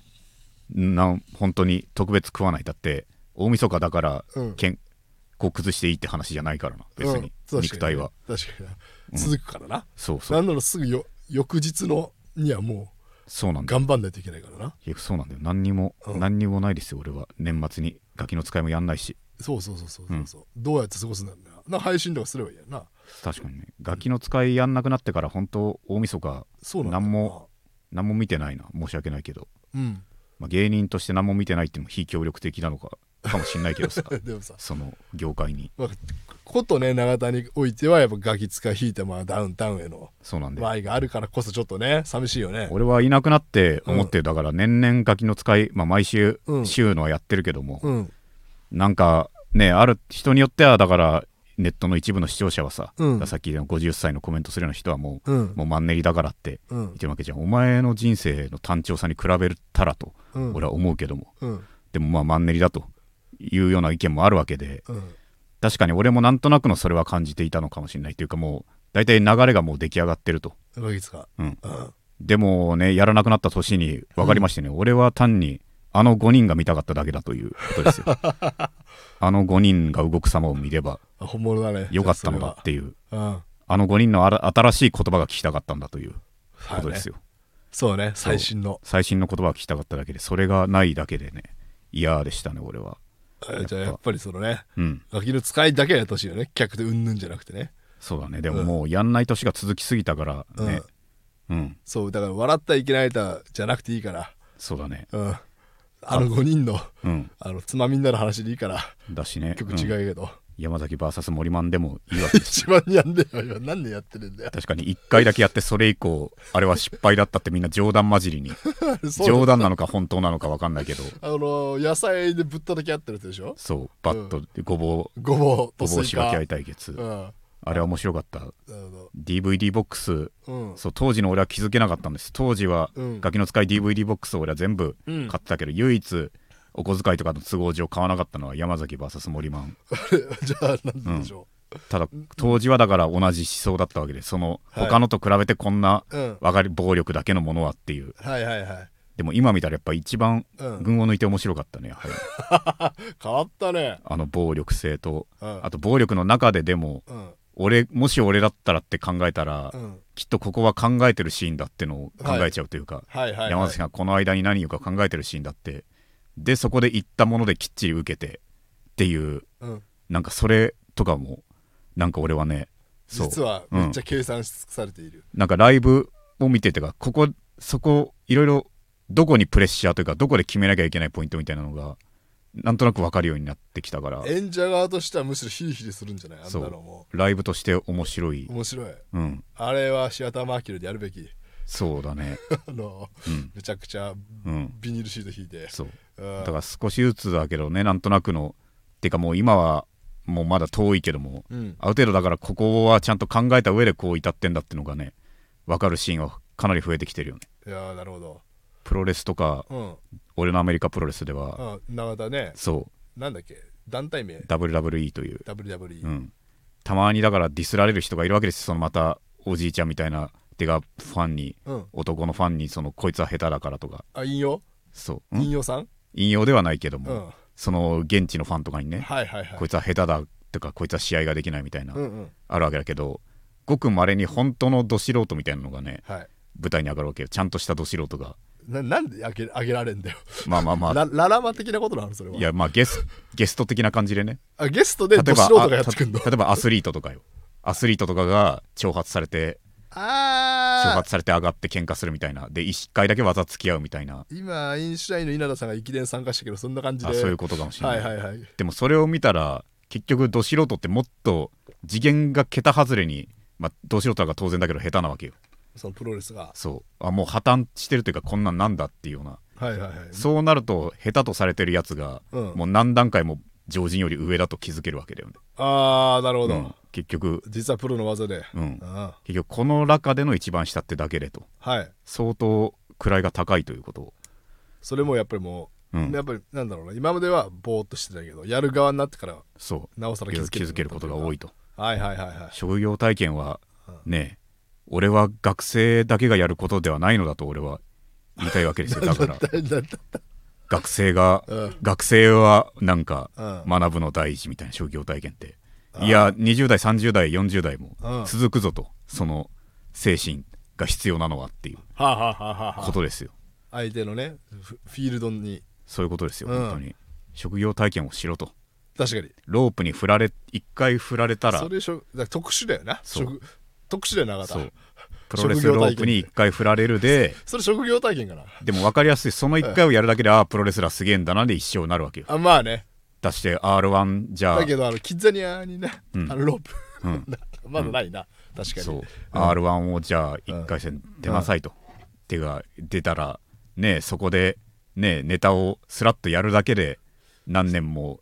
Speaker 1: なん本当に特別食わないだって大晦日だから、
Speaker 2: うん
Speaker 1: 健康崩していいって話じゃないからな別に、
Speaker 2: うん
Speaker 1: 肉体は
Speaker 2: 確かにな続くからな、
Speaker 1: そうそう
Speaker 2: なんならすぐよ翌日のにはも
Speaker 1: そうなん
Speaker 2: う
Speaker 1: だよ
Speaker 2: 頑張んないといけないからない
Speaker 1: やそうなんだよ何にも、
Speaker 2: うん
Speaker 1: 何にもないですよ俺は年末にガキの使いもやんないし
Speaker 2: そうそうそうそうそうそう、どうやって過ごすんだろうなな配信とかすればいいやんな
Speaker 1: 確かにねガキの使いやんなくなってから本当大晦日
Speaker 2: そうなんだよな
Speaker 1: 何も何も見てないな申し訳ないけど、
Speaker 2: うん
Speaker 1: まあ、芸人として何も見てないっていうのも非協力的なのかかもしんないけど さ
Speaker 2: でもさ、
Speaker 1: その業界に
Speaker 2: まあ、ことね永田においてはやっぱガキ使い引いてまあダウンタウンへの
Speaker 1: そうなんで
Speaker 2: 愛があるからこそちょっとね寂しいよね
Speaker 1: 俺はいなくなって思ってる、だから年々ガキの使い、まあ、毎週
Speaker 2: うん
Speaker 1: 週のはやってるけども、
Speaker 2: うん
Speaker 1: なんかねある人によってはだからネットの一部の視聴者はさ、
Speaker 2: うん
Speaker 1: だからさっきの50歳のコメントするような人はもう,、
Speaker 2: うん
Speaker 1: もうマンネリだからって
Speaker 2: う
Speaker 1: 言
Speaker 2: ん
Speaker 1: ってるわけじゃんお前の人生の単調さに比べたらと
Speaker 2: うん
Speaker 1: 俺は思うけども、
Speaker 2: うん
Speaker 1: でもまあマンネリだというような意見もあるわけで
Speaker 2: うん
Speaker 1: 確かに俺もなんとなくのそれは感じていたのかもしれないというかもう大体流れがもう出来上がってると
Speaker 2: ガキ使い
Speaker 1: うん
Speaker 2: うん
Speaker 1: でもね、やらなくなった年に分かりましてね、俺は単にあの5人が見たかっただけだということ ですよ。あの5人が動く様を見れば
Speaker 2: あ本物だね
Speaker 1: よかったのだっていう、
Speaker 2: うん
Speaker 1: あの5人のあら新しい言葉が聞きたかったんだという
Speaker 2: そ
Speaker 1: ことです
Speaker 2: よ
Speaker 1: よ。
Speaker 2: そうね最新の
Speaker 1: 最新の言葉を聞きたかっただけでそれがないだけでね嫌でしたね俺は
Speaker 2: あじゃあやっぱりそのね
Speaker 1: うん
Speaker 2: ガキの使いだけはやってほしいよね客でうんぬんじゃなくてね
Speaker 1: そうだねでももうやんない年が続きすぎたからねうん、
Speaker 2: そうだから笑ったらいけない歌じゃなくていいから
Speaker 1: そうだね
Speaker 2: うんあの5人の
Speaker 1: うん
Speaker 2: あのつまみになる話でいいから
Speaker 1: だしね
Speaker 2: 曲
Speaker 1: うん
Speaker 2: 違うけど、
Speaker 1: 山崎 VS 森マンでもいいわけ
Speaker 2: 一番やんでよ今何でやってるん だよ
Speaker 1: 確かに1回だけやってそれ以降あれは失敗だったってみんな冗談交じりに
Speaker 2: そう
Speaker 1: 冗談なのか本当なのか分かんないけど
Speaker 2: あの野菜でぶっただけ合ってるやつでしょ
Speaker 1: そうバットでごぼう
Speaker 2: ごぼ
Speaker 1: ご
Speaker 2: うと
Speaker 1: ぼう
Speaker 2: スイ
Speaker 1: しば
Speaker 2: カ
Speaker 1: き合い対決
Speaker 2: うんな
Speaker 1: あれは面白かった
Speaker 2: るほ
Speaker 1: DVD ボックス
Speaker 2: どうん
Speaker 1: そう当時の俺は気づけなかったんです当時は
Speaker 2: うん
Speaker 1: ガキの使い DVD ボックスを俺は全部
Speaker 2: うん
Speaker 1: 買ってたけど、唯一お小遣いとかの都合上買わなかったのは山崎 VS 森マン
Speaker 2: じゃあ何でしょ
Speaker 1: ただ当時はだから同じ思想だったわけでその
Speaker 2: はい
Speaker 1: 他のと比べてこんな
Speaker 2: う、うん、
Speaker 1: 分かり暴力だけのものはっていう
Speaker 2: はいはいはい
Speaker 1: でも今見たらやっぱ一番
Speaker 2: うん
Speaker 1: 群を抜いて面白かったねやっぱり
Speaker 2: 変わったね
Speaker 1: あの暴力性と
Speaker 2: うん
Speaker 1: あと暴力の中ででも
Speaker 2: うん
Speaker 1: 俺もし俺だったらって考えたら
Speaker 2: うん
Speaker 1: きっとここは考えてるシーンだってのを考えちゃうというか、
Speaker 2: はいはい、
Speaker 1: 山
Speaker 2: はい
Speaker 1: 崎、さんがこの間に何をか考えてるシーンだってでそこで言ったものできっちり受けてっていう
Speaker 2: うん、
Speaker 1: なんかそれとかもなんか俺はねそう
Speaker 2: 実はめっちゃ計算し尽くされている、
Speaker 1: なんかライブを見ててかここそこいろいろどこにプレッシャーというかどこで決めなきゃいけないポイントみたいなのがなんとなく分かるようになってきたから
Speaker 2: 演者側としてはむしろヒリヒリするんじゃないあん
Speaker 1: そう
Speaker 2: なのも、
Speaker 1: ライブとして面白いう
Speaker 2: 面白い
Speaker 1: うん、
Speaker 2: あれはシアターマーキュルでやるべき
Speaker 1: そうだね、
Speaker 2: あの
Speaker 1: うん
Speaker 2: めちゃくちゃ
Speaker 1: うん、
Speaker 2: ビニールシート引いて、
Speaker 1: そう
Speaker 2: うん
Speaker 1: だから少しずつだけどねなんとなくのてかもう今はもうまだ遠いけども
Speaker 2: うん、
Speaker 1: ある程度だからここはちゃんと考えた上でこう至ってんだってのがね分かるシーンはかなり増えてきてるよね
Speaker 2: いやーなるほど
Speaker 1: プロレスとか
Speaker 2: うん
Speaker 1: 俺のアメリカプロレスでは
Speaker 2: あ永田ね
Speaker 1: そ
Speaker 2: なんだっけ団体名
Speaker 1: う WWE という、
Speaker 2: WWE、
Speaker 1: うん、たまにだからディスられる人がいるわけですよそのまたおじいちゃんみたいなてかファンに
Speaker 2: うん
Speaker 1: 男のファンにそのこいつは下手だからとか
Speaker 2: あ引用
Speaker 1: そう、ん
Speaker 2: 引用さん
Speaker 1: 引用ではないけど
Speaker 2: う
Speaker 1: も、
Speaker 2: ん
Speaker 1: その現地のファンとかにね
Speaker 2: はいはいはい
Speaker 1: こいつは下手だとかこいつは試合ができないみたいな、
Speaker 2: うんうん
Speaker 1: あるわけだけどごくまれに本当のど素人みたいなのがね
Speaker 2: はい
Speaker 1: 舞台に上がるわけよちゃんとしたど素人が
Speaker 2: ななんであげあげられんだよ、
Speaker 1: まあまあまあ
Speaker 2: ラララマ的 なことなのそれはい
Speaker 1: やまあゲスゲスト的な感じでね
Speaker 2: あゲストでど素
Speaker 1: あ
Speaker 2: 人がやってくんの
Speaker 1: た例えばアスリートとかよアスリートとかが挑発されて挑
Speaker 2: ああ
Speaker 1: 発されて上がって喧嘩するみたいなで1回だけ技付き合うみたいな
Speaker 2: 今インシュラインの稲田さんが駅伝参加したけどそんな感じで
Speaker 1: あそういうことかもしれな、
Speaker 2: はいいはいはい
Speaker 1: でもそれを見たら結局ど素人ってもっと次元が桁外れにまあど素人が当然だけど下手なわけよ
Speaker 2: そのプロレスが
Speaker 1: そうあもう破綻してるというかこんなんなんだっていうような
Speaker 2: はいはいはい
Speaker 1: そうなると下手とされてるやつが、
Speaker 2: うん
Speaker 1: もう何段階も常人より上だと気づけるわけだよね、
Speaker 2: ああなるほど、
Speaker 1: うん結局、
Speaker 2: 実はプロの技で
Speaker 1: うん
Speaker 2: うん
Speaker 1: 結局この中での一番下ってだけでと
Speaker 2: はい
Speaker 1: 相当位が高いということを、
Speaker 2: それもやっぱりもう、
Speaker 1: うん
Speaker 2: やっぱりなんだろうな今まではぼーっとしてたけどやる側になってから
Speaker 1: そう
Speaker 2: なおさら気づける
Speaker 1: ことが多いと
Speaker 2: はいはいはいはい
Speaker 1: 職業体験はね俺は学生だけがやることではないのだと俺は言いたいわけですよだ から
Speaker 2: 大事だった
Speaker 1: 学生が、
Speaker 2: うん
Speaker 1: 学生はなんか
Speaker 2: うん
Speaker 1: 学ぶの大事みたいな職業体験って、いや20代30代40代も
Speaker 2: うん
Speaker 1: 続くぞと、その精神が必要なのはっていう
Speaker 2: はあ、はあはあはあ
Speaker 1: こ、とですよ
Speaker 2: 相手のねフフィールドに
Speaker 1: そういうことですよ、
Speaker 2: うん
Speaker 1: 本当に職業体験をしろと
Speaker 2: 確かに
Speaker 1: ロープに振られ一回振られたら
Speaker 2: それしょだから特殊だよな
Speaker 1: そう
Speaker 2: 職特殊だよな
Speaker 1: そ
Speaker 2: 長
Speaker 1: う
Speaker 2: 田
Speaker 1: プロレスロープに一回振られるで
Speaker 2: それ職業体験かな
Speaker 1: でも分かりやすいその一回をやるだけで、ああプロレスラーすげえんだなで一生なるわけよ
Speaker 2: あまあね
Speaker 1: 出して r 1じゃあ
Speaker 2: だけどあのキッザニアにね、
Speaker 1: うん
Speaker 2: あのロープ、
Speaker 1: うん
Speaker 2: まだ ないな、確かに
Speaker 1: そう、r 1をじゃあ1回戦出なさいと、手が出たらねえそこでねえネタをスラッとやるだけで何年も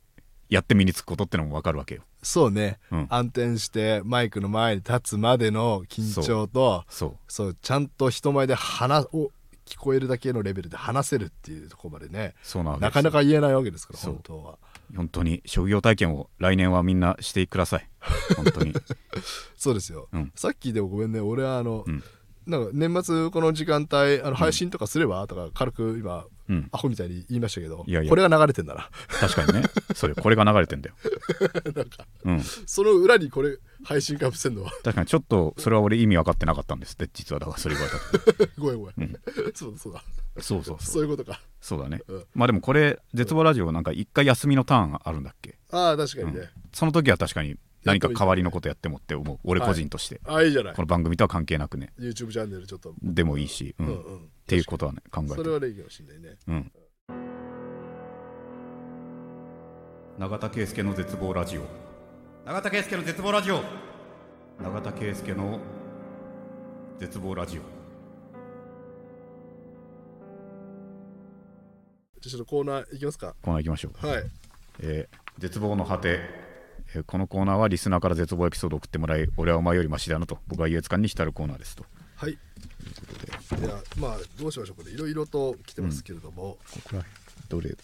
Speaker 1: やって身につくことってのも分かるわけよ
Speaker 2: そうね、
Speaker 1: うん
Speaker 2: 暗転してマイクの前に立つまでの緊張と
Speaker 1: そ
Speaker 2: そうちゃんと人前で話を聞こえるだけのレベルで話せるっていうところまでね
Speaker 1: うそうなわけ
Speaker 2: な
Speaker 1: です
Speaker 2: かなか言えないわけですから
Speaker 1: そう
Speaker 2: 本当は
Speaker 1: 本当に職業体験を来年はみんなしてください本当に
Speaker 2: そうですよ、
Speaker 1: うん
Speaker 2: さっきでもごめんね俺はあの、
Speaker 1: うん
Speaker 2: なんか年末この時間帯あの配信とかすれば、とか軽く今
Speaker 1: うん
Speaker 2: アホみたいに言いましたけど
Speaker 1: いやいや
Speaker 2: これが流れ てんだな
Speaker 1: 確かにねそれこれが流れてんだようん
Speaker 2: その裏にこれ配信かぶせんのは
Speaker 1: 確かにちょっとそれは俺意味分かってなかったんですって実はだからそれ言われた時
Speaker 2: ごめんごめん、
Speaker 1: うん
Speaker 2: そうだそうだ
Speaker 1: そうそう
Speaker 2: そ
Speaker 1: そうう
Speaker 2: いうことか
Speaker 1: そうだね
Speaker 2: うん
Speaker 1: まあでもこれ絶望ラジオなんか一回休みのターンあるんだっけ
Speaker 2: ああ確かにね、
Speaker 1: その時は確かに何か代わりのことやってもって思う俺個人として、
Speaker 2: ああいいじゃない
Speaker 1: この番組とは関係なくね
Speaker 2: YouTube チャンネルちょっと
Speaker 1: でもいいし、うん
Speaker 2: うん
Speaker 1: っ
Speaker 2: うん
Speaker 1: ていうことはね考えて
Speaker 2: それはねいいかもしれないね
Speaker 1: うん、永田圭介の絶望ラジオ永田圭介の絶望ラジオ永田圭介の絶望ラジオ
Speaker 2: じゃあちょっとコーナーいきますか
Speaker 1: コーナー行きましょう、
Speaker 2: はい
Speaker 1: えー絶望の果て、えーこのコーナーはリスナーから絶望エピソードを送ってもらい俺はお前よりマシだなと僕は優越感に浸るコーナーですと
Speaker 2: はいではまあどうしましょうこれいろいろと来てますけれども
Speaker 1: ここらどれだ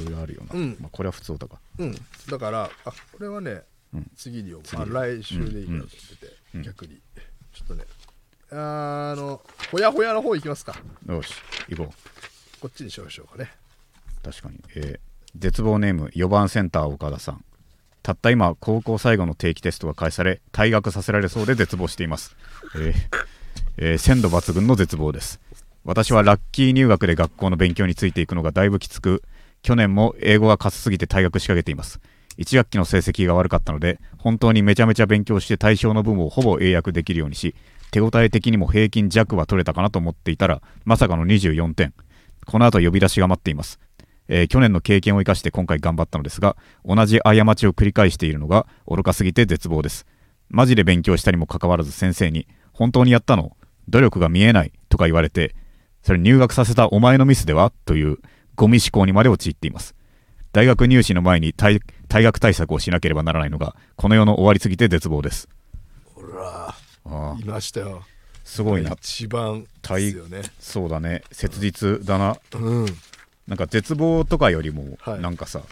Speaker 1: いろいろあるよな、
Speaker 2: うん
Speaker 1: まあ、これは普通だか
Speaker 2: うん、だからあこれはね、次に読むあ来週でいいかなと思ってて、逆にちょっとねあーあのほやほやの方行きますか
Speaker 1: よし行こう
Speaker 2: こっちにしましょうかね
Speaker 1: 確かに、えー絶望ネーム4番センター岡田さんたった今高校最後の定期テストが開始され退学させられそうで絶望しています、えーえー鮮度抜群の絶望です私はラッキー入学で学校の勉強についていくのがだいぶきつく去年も英語がかすすぎて退学しかけています1学期の成績が悪かったので本当にめちゃめちゃ勉強して対象の分をほぼ英訳できるようにし手応え的にも平均弱は取れたかなと思っていたらまさかの24点この後呼び出しが待っていますえー去年の経験を生かして今回頑張ったのですが同じ過ちを繰り返しているのが愚かすぎて絶望ですマジで勉強したにもかかわらず先生に「本当にやったの努力が見えない」とか言われてそれ入学させたお前のミスではというゴミ思考にまで陥っています大学入試の前に退退学対策をしなければならないのがこの世の終わりすぎて絶望です
Speaker 2: ほら
Speaker 1: あ
Speaker 2: いましたよ
Speaker 1: すごいな
Speaker 2: 一番ですよね
Speaker 1: そうだね切実だな
Speaker 2: うん
Speaker 1: なんか絶望とかよりも
Speaker 2: はい
Speaker 1: なんかさ、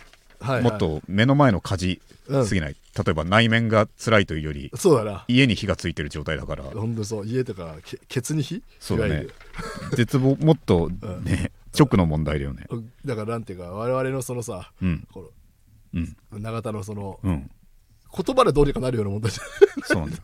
Speaker 2: はい
Speaker 1: もっと目の前の火事すぎない、例えば内面が辛いというより
Speaker 2: そうだな
Speaker 1: 家に火がついてる状態だから
Speaker 2: ほんとそう家とかけケツに火
Speaker 1: そうだ
Speaker 2: いわ
Speaker 1: ね
Speaker 2: ゆる
Speaker 1: 絶望もっとね、直の問題だよね
Speaker 2: だからなんていうか我々のそのさ、
Speaker 1: うん
Speaker 2: こ
Speaker 1: うん
Speaker 2: の永田のその、
Speaker 1: うん
Speaker 2: 言葉でどうにかなるような問題じゃ
Speaker 1: そうなんだ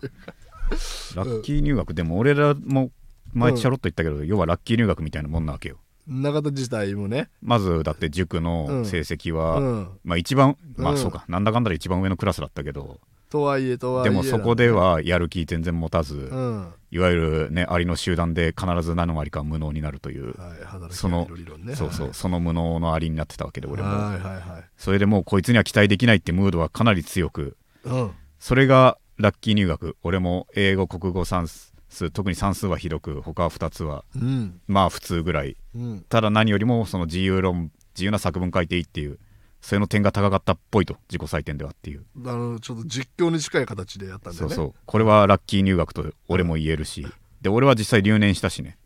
Speaker 1: ラッキー入学でも俺らも前ちゃろっと言ったけど、要はラッキー入学みたいなもんなわけよ
Speaker 2: ん 永田自体もね
Speaker 1: まずだって塾の成績は、
Speaker 2: うん
Speaker 1: まあ一番ま
Speaker 2: う
Speaker 1: あ
Speaker 2: ん
Speaker 1: そうか、なんだかんだで一番上のクラスだったけど
Speaker 2: とはいえとはい
Speaker 1: で
Speaker 2: え
Speaker 1: もそこではやる気全然持たず、
Speaker 2: うんはい
Speaker 1: わゆるねアリの集団で必ず何割か無能になるという、
Speaker 2: い働き
Speaker 1: その
Speaker 2: の理論ね
Speaker 1: そうそ
Speaker 2: は
Speaker 1: うその無能のアリになってたわけで
Speaker 2: い
Speaker 1: 俺も
Speaker 2: はいはいはい
Speaker 1: それでもうこいつには期待できないってムードはかなり強く
Speaker 2: うん
Speaker 1: それがラッキー入学俺も英語国語算数特に算数はひどく他は2つは
Speaker 2: うん
Speaker 1: まあ普通ぐらい
Speaker 2: うん
Speaker 1: ただ何よりもその自由論自由な作文書いていいっていうそれの点が高かったっぽいと自己採点ではっていう、
Speaker 2: あのちょっと実況に近い形でやったんだ
Speaker 1: そ
Speaker 2: よ
Speaker 1: う
Speaker 2: ね
Speaker 1: そうこれはラッキー入学と俺も言えるしで俺は実際留年したしね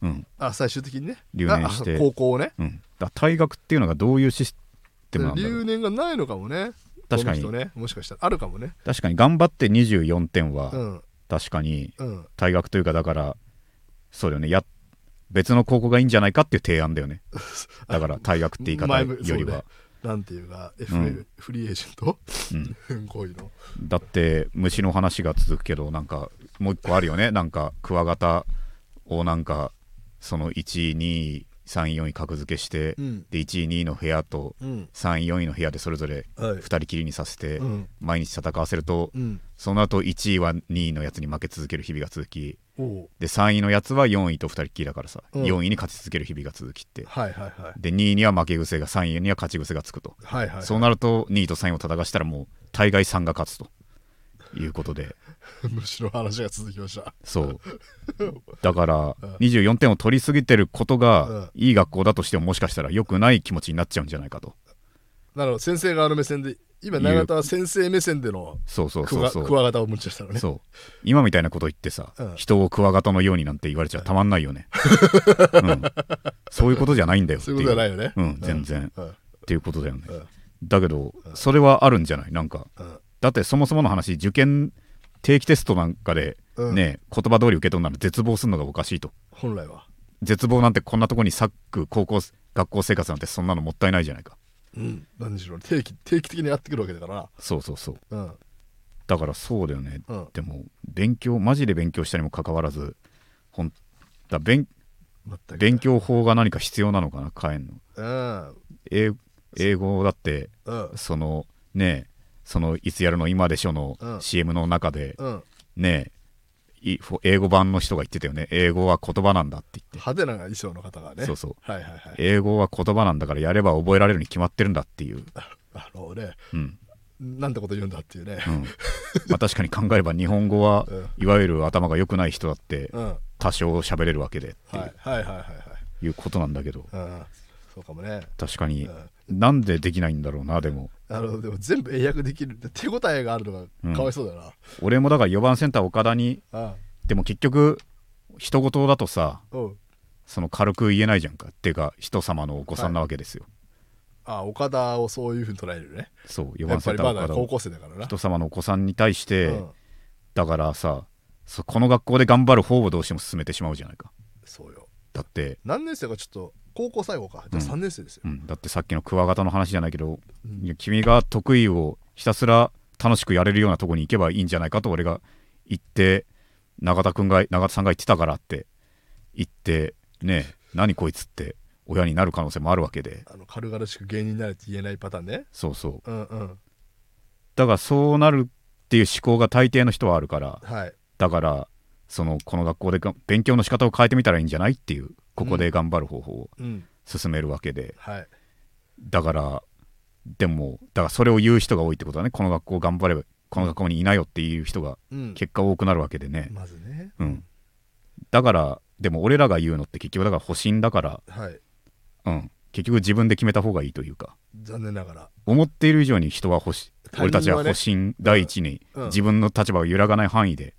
Speaker 1: うん
Speaker 2: あ最終的にね
Speaker 1: 留年して
Speaker 2: ああ高校をね
Speaker 1: うん、だから退学っていうのがどういうシステムなんだろ
Speaker 2: 留
Speaker 1: う
Speaker 2: 年がないのかもね
Speaker 1: 確かに
Speaker 2: この人ねもしかしたらあるかもね
Speaker 1: 確かに頑張って24点
Speaker 2: う
Speaker 1: は
Speaker 2: ん
Speaker 1: 確かに
Speaker 2: うん
Speaker 1: 退学というかだからそうだよねや別の高校がいいんじゃないかっていう提案だよ ねだから退学って言い方
Speaker 2: 前
Speaker 1: よ
Speaker 2: 向そう
Speaker 1: り
Speaker 2: ね
Speaker 1: は、
Speaker 2: なんていうか、
Speaker 1: ん
Speaker 2: FA フリーエージェント、 こういうの
Speaker 1: だって虫の話が続くけどなんかもう一個あるよねなんかクワガタをなんかその1位2位3位4位格付けして、
Speaker 2: うん
Speaker 1: で1位2位の部屋と
Speaker 2: うん
Speaker 1: 3位4位の部屋でそれぞれ
Speaker 2: はい
Speaker 1: 2人きりにさせて、
Speaker 2: うん
Speaker 1: 毎日戦わせると、
Speaker 2: うん
Speaker 1: その後1位は2位のやつに負け続ける日々が続き
Speaker 2: おう
Speaker 1: で3位のやつは4位と2人っきりだからさ、
Speaker 2: うん
Speaker 1: 4位に勝ち続ける日々が続きって
Speaker 2: はいはいはい
Speaker 1: で2位には負け癖が3位には勝ち癖がつくと、
Speaker 2: はいはい
Speaker 1: そうなると2位と3位を戦わしたらもう大概3が勝つということで
Speaker 2: むしろ話が続きました
Speaker 1: そうだから24点を取りすぎてることがいい学校だとしてももしかしたら良くない気持ちになっちゃうんじゃないかと
Speaker 2: なるほど先生側の目線で今永田は先生目線での
Speaker 1: そうそう
Speaker 2: ク
Speaker 1: そう
Speaker 2: ワ
Speaker 1: そう
Speaker 2: クワガタを持ち出したのね
Speaker 1: そう今みたいなこと言ってさ、
Speaker 2: うん
Speaker 1: 人をクワガタのようになんて言われちゃたまんない よね、うん、そういうことじゃないんだよって
Speaker 2: そう
Speaker 1: い
Speaker 2: いううことじゃないよね
Speaker 1: うん全然、
Speaker 2: うん
Speaker 1: っていうことだよね、
Speaker 2: うん
Speaker 1: だけどそれはあるんじゃないなんか
Speaker 2: うん
Speaker 1: だってそもそもの話受験定期テストなんかで、
Speaker 2: うん
Speaker 1: ね言葉通り受け取るなら絶望するのがおかしいと
Speaker 2: 本来は
Speaker 1: 絶望なんてこんなとこに割く高校学校生活なんてそんなのもったいないじゃないか
Speaker 2: うん何しろ定期定期的にやってくるわけだから
Speaker 1: そうそうそう
Speaker 2: うん
Speaker 1: だからそうだよね、
Speaker 2: うん
Speaker 1: でも勉強マジで勉強したにもかかわらずほんだ勉
Speaker 2: 全く
Speaker 1: 勉強法が何か必要なのかな変えんの
Speaker 2: うん
Speaker 1: 英英語だって
Speaker 2: うん
Speaker 1: そのねえそのいつやるの今でしょの
Speaker 2: うん
Speaker 1: CM の中で
Speaker 2: うん
Speaker 1: ねえい英語版の人が言ってたよね英語は言葉なんだって言って
Speaker 2: 派手な衣装の方がね
Speaker 1: そうそう
Speaker 2: はいはいはい
Speaker 1: 英語は言葉なんだからやれば覚えられるに決まってるんだっていう、
Speaker 2: あのね
Speaker 1: うん
Speaker 2: なんてこと言うんだっていうね
Speaker 1: うんまあ、確かに考えれば日本語は
Speaker 2: うん
Speaker 1: いわゆる頭が良くない人だって
Speaker 2: うんはい
Speaker 1: 多少喋れるわけでってい
Speaker 2: は
Speaker 1: う
Speaker 2: いはいはいはい
Speaker 1: いうことなんだけど
Speaker 2: うんそうかもね
Speaker 1: 確かになんでできないんだろうなでも
Speaker 2: あのでも全部英訳できる手応えがあるのがかわいそうだな
Speaker 1: 俺もだから4番センター岡田に
Speaker 2: あ
Speaker 1: でも結局人事だとさ
Speaker 2: あうん
Speaker 1: その軽く言えないじゃんかっていうか人様のお子さんなわけですよ、
Speaker 2: あ岡田をそういうふうに捉えるね
Speaker 1: そう4
Speaker 2: や
Speaker 1: 番
Speaker 2: っ
Speaker 1: セ
Speaker 2: ぱ
Speaker 1: ンタ
Speaker 2: り
Speaker 1: ー
Speaker 2: ま
Speaker 1: 岡
Speaker 2: だ
Speaker 1: 田
Speaker 2: 高
Speaker 1: を
Speaker 2: 校生だからな
Speaker 1: 人様のお子さんに対して、
Speaker 2: うん
Speaker 1: だからさそこの学校で頑張る方をどうしても進めてしまうじゃないか
Speaker 2: そうよ
Speaker 1: だって、
Speaker 2: 何年生かちょっと高校最後かじゃあ
Speaker 1: うん
Speaker 2: 3年生ですよ、
Speaker 1: うん、だってさっきのクワガタの話じゃないけど、
Speaker 2: うん
Speaker 1: いや君が得意をひたすら楽しくやれるようなとこに行けばいいんじゃないかと俺が言って永田君が永田さんが言ってたからって言ってねえ何こいつって親になる可能性もあるわけで
Speaker 2: あの軽々しく芸人になれって言えないパターンね
Speaker 1: そうそう
Speaker 2: うんうん
Speaker 1: だからそうなるっていう思考が大抵の人はあるから
Speaker 2: はい
Speaker 1: だからそのこの学校でが勉強の仕方を変えてみたらいいんじゃないっていうここで頑張る方法を
Speaker 2: うん
Speaker 1: 進めるわけで、
Speaker 2: はい
Speaker 1: だからでもだからそれを言う人が多いってことだねこの学校頑張ればこの学校にいなよっていう人が
Speaker 2: うん
Speaker 1: 結果多くなるわけでね、
Speaker 2: まずね
Speaker 1: うん、だからでも俺らが言うのって結局だから保身だから、
Speaker 2: はい
Speaker 1: うん、結局自分で決めた方がいいというか
Speaker 2: 残念ながら
Speaker 1: 思っている以上に人は保身
Speaker 2: 他人はね
Speaker 1: 俺たちは保身第一に
Speaker 2: うん
Speaker 1: 自分の立場を揺らがない範囲で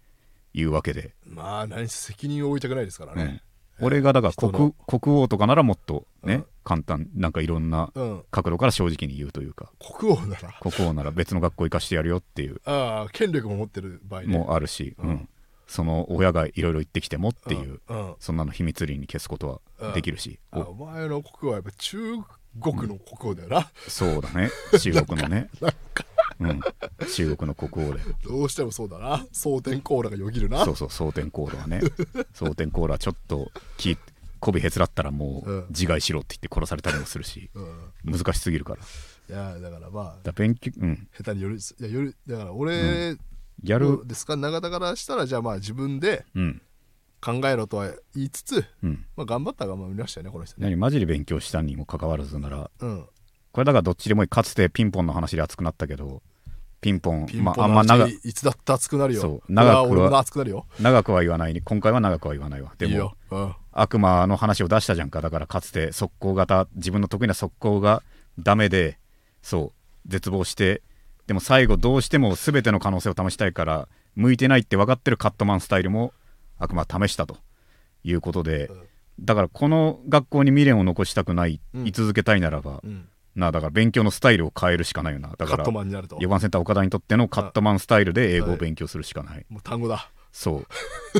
Speaker 1: 言うわけで、
Speaker 2: まあ何せ責任を負いたくないですから
Speaker 1: う
Speaker 2: ね
Speaker 1: ん俺がだから
Speaker 2: 人の
Speaker 1: 国国王とかならもっとね、
Speaker 2: うん
Speaker 1: 簡単なんかいろんな
Speaker 2: うん、
Speaker 1: 角度から正直に言うというか
Speaker 2: 国王なら
Speaker 1: 国王なら別の学校行かしてやるよっていう
Speaker 2: ああ権力も持ってる場合ね
Speaker 1: もあるし、
Speaker 2: うん
Speaker 1: うんその親がいろいろ言ってきてもっていう、
Speaker 2: うんうん
Speaker 1: そんなの秘密裏に消すことはできるし、
Speaker 2: あ
Speaker 1: お
Speaker 2: お前の国王はやっぱ中国の国王だよな、
Speaker 1: そうだね中国のね、うん、中国の国王で
Speaker 2: どうしてもそうだな蒼天コーラがよぎるな
Speaker 1: そうそう蒼天コーラはね蒼天コーラはちょっとき媚びへつらったらも
Speaker 2: うん
Speaker 1: う自害しろって言って殺されたりもするし、
Speaker 2: うん、
Speaker 1: 難しすぎるから
Speaker 2: いやだからまあ
Speaker 1: だ勉強、うん、
Speaker 2: 下手によりいやよりだから俺、
Speaker 1: やる、
Speaker 2: どうですか長田からしたらじゃあまあ自分で
Speaker 1: うん
Speaker 2: 考えろとは言いつつ、
Speaker 1: うん、
Speaker 2: まあ、頑張ったら頑張りましたよねこの人ね
Speaker 1: 何マジで勉強したにもかかわらずなら
Speaker 2: うん
Speaker 1: これだからどっちでもいいかつてピンポンの話で熱くなったけどピンポン
Speaker 2: ピンポン
Speaker 1: まあ、あんま長
Speaker 2: いつだって熱くなるよ
Speaker 1: そう
Speaker 2: 長
Speaker 1: 長くは
Speaker 2: 俺も熱くなるよ
Speaker 1: 長くは言わないに今回は長くは言わないわで
Speaker 2: いい
Speaker 1: も
Speaker 2: よ、うん、
Speaker 1: 悪魔の話を出したじゃんかだからかつて速攻型自分の得意な速攻がダメでそう絶望してでも最後どうしても全ての可能性を試したいから向いてないって分かってるカットマンスタイルも悪魔は試したということで
Speaker 2: ん
Speaker 1: だからこの学校に未練を残したくない、
Speaker 2: うん
Speaker 1: 居続けたいならば、
Speaker 2: うん、
Speaker 1: なあだから勉強のスタイルを変えるしかないよなだ
Speaker 2: カ
Speaker 1: か
Speaker 2: ッ
Speaker 1: ら
Speaker 2: トマンになると
Speaker 1: 4番センター岡田にとってのカットマンスタイルで英語を勉強するしかない、
Speaker 2: もう単語だ
Speaker 1: そう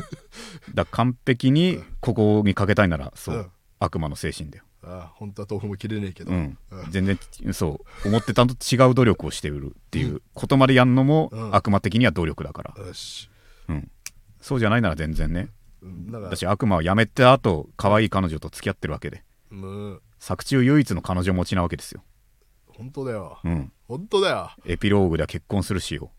Speaker 1: だから完璧にここにかけたいならそう、
Speaker 2: うん
Speaker 1: 悪魔の精神だよ、
Speaker 2: ああ本当は豆腐も切れねえけど、
Speaker 1: うん
Speaker 2: うん、
Speaker 1: 全然そう思ってたのと違う努力をしているっていうことまでやんのも、
Speaker 2: うん
Speaker 1: 悪魔的には努力だから、
Speaker 2: よし、
Speaker 1: うん、そうじゃないなら全然ね
Speaker 2: うん、なんか
Speaker 1: 私悪魔は辞めた後可愛い彼女と付き合ってるわけで
Speaker 2: もう
Speaker 1: 作中唯一の彼女持ちなわけですよ、
Speaker 2: 本当だよ、
Speaker 1: うん、
Speaker 2: 本当だよ
Speaker 1: エピローグでは結婚するしよ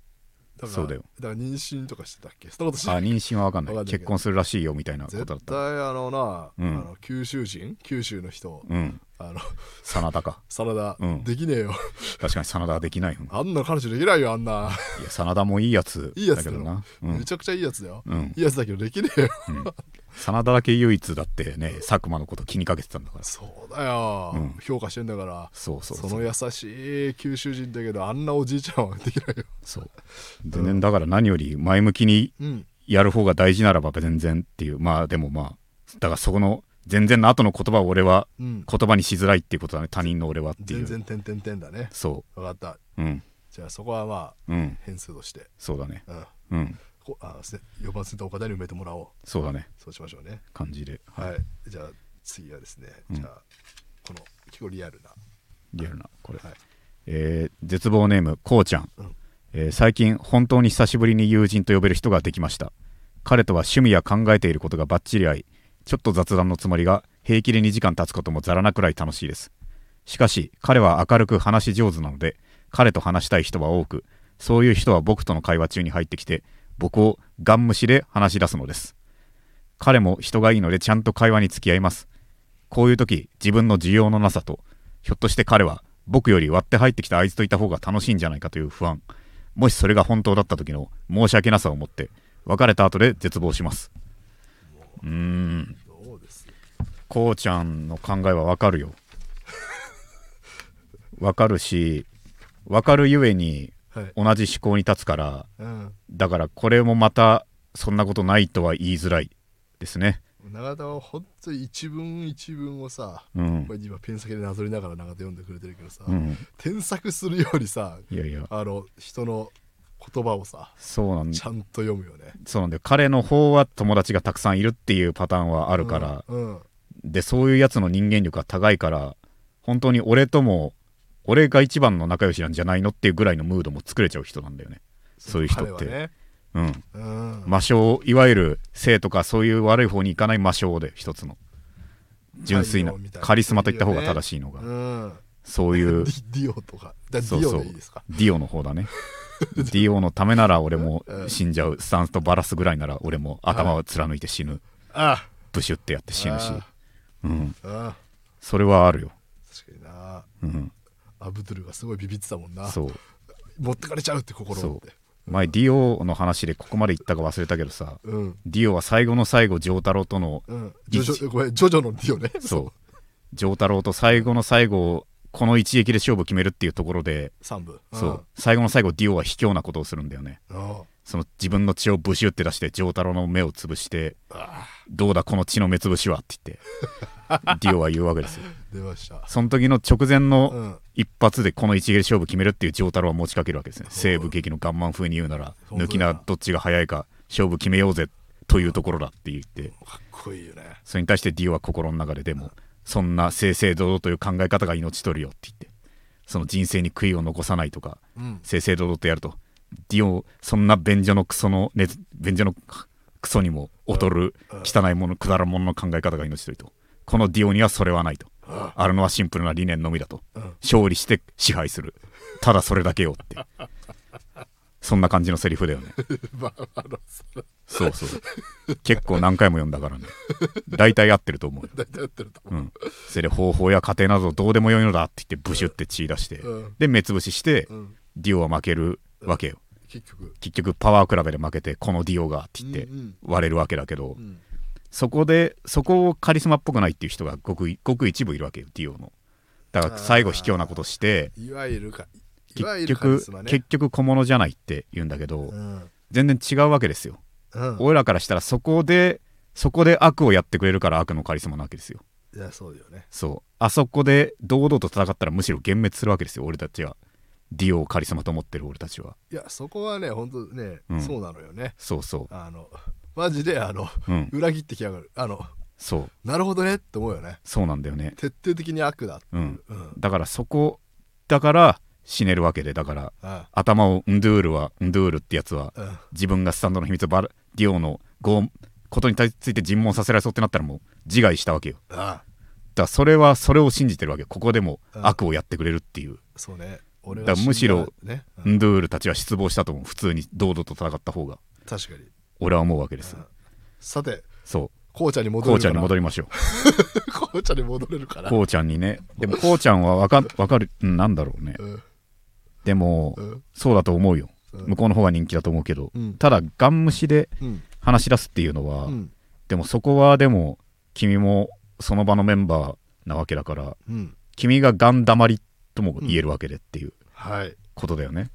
Speaker 2: だから
Speaker 1: そうだよ
Speaker 2: から妊娠とかしてたっけそんなことし
Speaker 1: あ
Speaker 2: ない
Speaker 1: 妊娠は分かんない
Speaker 2: わかんないけど
Speaker 1: 結婚するらしいよみたいなこと
Speaker 2: 絶
Speaker 1: だ
Speaker 2: 対
Speaker 1: った
Speaker 2: あのな、
Speaker 1: うん
Speaker 2: あの九州人九州の人、
Speaker 1: うん
Speaker 2: あの
Speaker 1: 真田か
Speaker 2: サラダ、
Speaker 1: うん
Speaker 2: できねえよ
Speaker 1: 確かに真田はできないよ
Speaker 2: あんな彼女できないよあんな、
Speaker 1: いや真田もいいやつ
Speaker 2: いいやつ
Speaker 1: だけ
Speaker 2: だよ
Speaker 1: どな、うん
Speaker 2: めちゃくちゃいいやつだよ、
Speaker 1: うん
Speaker 2: いいやつだけどできね えよ、
Speaker 1: 真田だけ唯一だってね佐久間のこと気にかけてたんだから
Speaker 2: そうだよ、
Speaker 1: うん
Speaker 2: 評価してんだから
Speaker 1: そうそう
Speaker 2: そ
Speaker 1: そう
Speaker 2: の優しい九州人だけどあんなおじいちゃんはできないよ
Speaker 1: そう全然だから何より前向きに
Speaker 2: うん
Speaker 1: やる方が大事ならば全然っていうまあでもまあだからそこの全然の後の言葉を俺は
Speaker 2: うん
Speaker 1: 言葉にしづらいっていうことだね他人の俺はってい
Speaker 2: 全
Speaker 1: う
Speaker 2: 然点点点だね
Speaker 1: そ
Speaker 2: 分かった
Speaker 1: ううん
Speaker 2: じゃあそこはまあ
Speaker 1: うん
Speaker 2: 変数として、
Speaker 1: そうだね
Speaker 2: うん、
Speaker 1: うん
Speaker 2: こあせ4番センター岡田に埋めてもらおう
Speaker 1: そうだね
Speaker 2: そうしましょうね
Speaker 1: 感じで
Speaker 2: はいい、じゃあ次はですね、
Speaker 1: うん
Speaker 2: じゃあこの結構リアルな
Speaker 1: リアルなこれ
Speaker 2: はい
Speaker 1: えー絶望ネームこうちゃん、
Speaker 2: うん
Speaker 1: えー最近本当に久しぶりに友人と呼べる人ができました彼とは趣味や考えていることがバッチリ合いちょっと雑談のつもりが平気で2時間経つこともざらなくらい楽しいですしかし彼は明るく話し上手なので彼と話したい人は多くそういう人は僕との会話中に入ってきて僕をガン無視で話し出すのです彼も人がいいのでちゃんと会話に付き合いますこういう時自分の需要のなさとひょっとして彼は僕より割って入ってきたあいつといた方が楽しいんじゃないかという不安もしそれが本当だった時の申し訳なさを持って別れた後で絶望しますうーん
Speaker 2: どうです
Speaker 1: こうちゃんの考えはわかるよわかるしわかるゆえに
Speaker 2: はい、
Speaker 1: 同じ思考に立つから
Speaker 2: うん、
Speaker 1: だからこれもまたそんなことないとは言いづらいですね
Speaker 2: 永田は本当に一文一文をさ、
Speaker 1: うん
Speaker 2: これ今ペン先でなぞりながら永田読んでくれてるけどさ、
Speaker 1: うん
Speaker 2: 添削するよりさ
Speaker 1: いやいや
Speaker 2: あの人の言葉をさ
Speaker 1: そうなん
Speaker 2: ちゃんと読むよね
Speaker 1: そうなんだよ彼の方は友達がたくさんいるっていうパターンはあるから、
Speaker 2: うん、うん
Speaker 1: でそういうやつの人間力が高いから本当に俺とも俺が一番の仲良しなんじゃないのっていうぐらいのムードも作れちゃう人なんだよねそういう人って、
Speaker 2: 彼はね
Speaker 1: うん
Speaker 2: うん
Speaker 1: 魔性いわゆる性とかそういう悪い方に行かない魔性で一つの純粋な
Speaker 2: 太陽みたいな
Speaker 1: カリスマといった方が正しいのが
Speaker 2: うん、
Speaker 1: そういう
Speaker 2: ディディオとかだデ
Speaker 1: そう
Speaker 2: ィ
Speaker 1: そう
Speaker 2: オでいいですか
Speaker 1: ディオの方だねディオのためなら俺も死んじゃうスタンスとバラすぐらいなら俺も頭を貫いて死ぬ
Speaker 2: あ
Speaker 1: ブシュってやって死ぬし
Speaker 2: あ
Speaker 1: うん
Speaker 2: あああ
Speaker 1: それはあるよ
Speaker 2: 確かにな
Speaker 1: うん
Speaker 2: アブドゥルがすごいビビってたもんな
Speaker 1: そう
Speaker 2: 持ってかれちゃうって心をって
Speaker 1: 前ディオの話でここまで言ったか忘れたけどさ
Speaker 2: うん
Speaker 1: ディオは最後の最後ジョータロウと の
Speaker 2: うんジ
Speaker 1: 一
Speaker 2: ョジョごめんジョジョのディオね
Speaker 1: そうジョータロウと最後の最後をこの一撃で勝負決めるっていうところで
Speaker 2: 3部
Speaker 1: そう最後の最後ディオは卑怯なことをするんだよね
Speaker 2: うんあ
Speaker 1: その自分の血をブシュって出してジョータロウの目を潰して
Speaker 2: あ
Speaker 1: 「どうだこの血の目つぶしは」って言ってデ ィオは言うわけですよ
Speaker 2: 出ました
Speaker 1: その時の直前
Speaker 2: う
Speaker 1: の
Speaker 2: ん
Speaker 1: 一発でこの一撃で勝負決めるっていうジョータロウは持ちかけるわけですね西部劇のガンマン風に言うなら
Speaker 2: そうだ
Speaker 1: 抜きなどっちが早いか勝負決めようぜというところだって言って
Speaker 2: かっこいいよね
Speaker 1: それに対してディオは心の中ででもそんな正々堂々という考え方が命取るよって言ってその人生に悔いを残さないとか
Speaker 2: うん
Speaker 1: 正々堂々とやるとディオそんな便所のクソの、ね、便所のクソにも劣る汚いものくだらんものの考え方が命取りとこのディオにはそれはないと
Speaker 2: あ
Speaker 1: あるのはシンプルな理念のみだと
Speaker 2: うん
Speaker 1: 勝利して支配するただそれだけよってそんな感じのセリフだよね
Speaker 2: まああのそれ
Speaker 1: そうそう結構何回も読んだからね大体合ってると思うよ
Speaker 2: 大体やってると思
Speaker 1: うん、それで方法や過程などどうでもよいのだって言ってブシュって血出して、
Speaker 2: うん
Speaker 1: で目つぶしして、
Speaker 2: ううん
Speaker 1: ディオは負けるわけよ
Speaker 2: 結局
Speaker 1: 結局パワー比べで負けてこのディオがって言って
Speaker 2: うんうん
Speaker 1: 割れるわけだけど、
Speaker 2: うん
Speaker 1: そこでそこをカリスマっぽくないっていう人がごくごく一部いるわけよディオのだから最後卑怯なことして
Speaker 2: いわゆるかいわ
Speaker 1: 結
Speaker 2: ゆるカリ
Speaker 1: 局
Speaker 2: スマね
Speaker 1: 結局小物じゃないって言うんだけど、
Speaker 2: うん
Speaker 1: 全然違うわけですよ、
Speaker 2: うん
Speaker 1: 俺らからしたらそこでそこで悪をやってくれるから悪のカリスマなわけですよ
Speaker 2: いやそうだよね
Speaker 1: そうあそこで堂々と戦ったらむしろ幻滅するわけですよ俺たちはディオをカリスマと思ってる俺たちはい
Speaker 2: やそこはね本当ね、
Speaker 1: うん
Speaker 2: そうなのよね
Speaker 1: そうそ
Speaker 2: あのマジであの、
Speaker 1: ううん
Speaker 2: 裏切ってきやがるあの
Speaker 1: そう
Speaker 2: なるほどねって思うよね
Speaker 1: そうなんだよね
Speaker 2: 徹底的に悪だっていううんうん
Speaker 1: だからそこだから死ねるわけでだから
Speaker 2: あ
Speaker 1: 頭をンドゥールはンドゥールってやつは
Speaker 2: うん
Speaker 1: 自分がスタンドの秘密をバラディオのごことに対ついて尋問させられそうってなったらもう自害したわけよ
Speaker 2: あ
Speaker 1: だからそれはそれを信じてるわけよここでも
Speaker 2: うん
Speaker 1: 悪をやってくれるっていう
Speaker 2: そうね俺
Speaker 1: だ
Speaker 2: が
Speaker 1: からむしろ
Speaker 2: 死んだね、うん
Speaker 1: ンドゥールたちは失望したと思う普通に堂々と戦った方が
Speaker 2: 確かに
Speaker 1: 俺は思うわけです
Speaker 2: うんさて
Speaker 1: そう
Speaker 2: 紅茶に戻れ
Speaker 1: こう
Speaker 2: る
Speaker 1: ちゃん
Speaker 2: か
Speaker 1: に
Speaker 2: な
Speaker 1: 戻りましょ
Speaker 2: 紅茶に戻れるか
Speaker 1: う。
Speaker 2: ら
Speaker 1: こうちゃんにね。でもこうちゃんはわかんわかる、うん、なんだろうね。
Speaker 2: うん
Speaker 1: でも
Speaker 2: う、ん
Speaker 1: そうだと思うよ。
Speaker 2: うん
Speaker 1: 向こうの方が人気だと思うけど
Speaker 2: うん。
Speaker 1: ただ、ガン無視で
Speaker 2: うん
Speaker 1: 話し出すっていうの
Speaker 2: う
Speaker 1: は、
Speaker 2: ん
Speaker 1: でもそこはでも、君もその場のメンバーなわけだから、
Speaker 2: うん
Speaker 1: 君がガン黙りとも言えるわけでっていう
Speaker 2: はい
Speaker 1: ことだよね。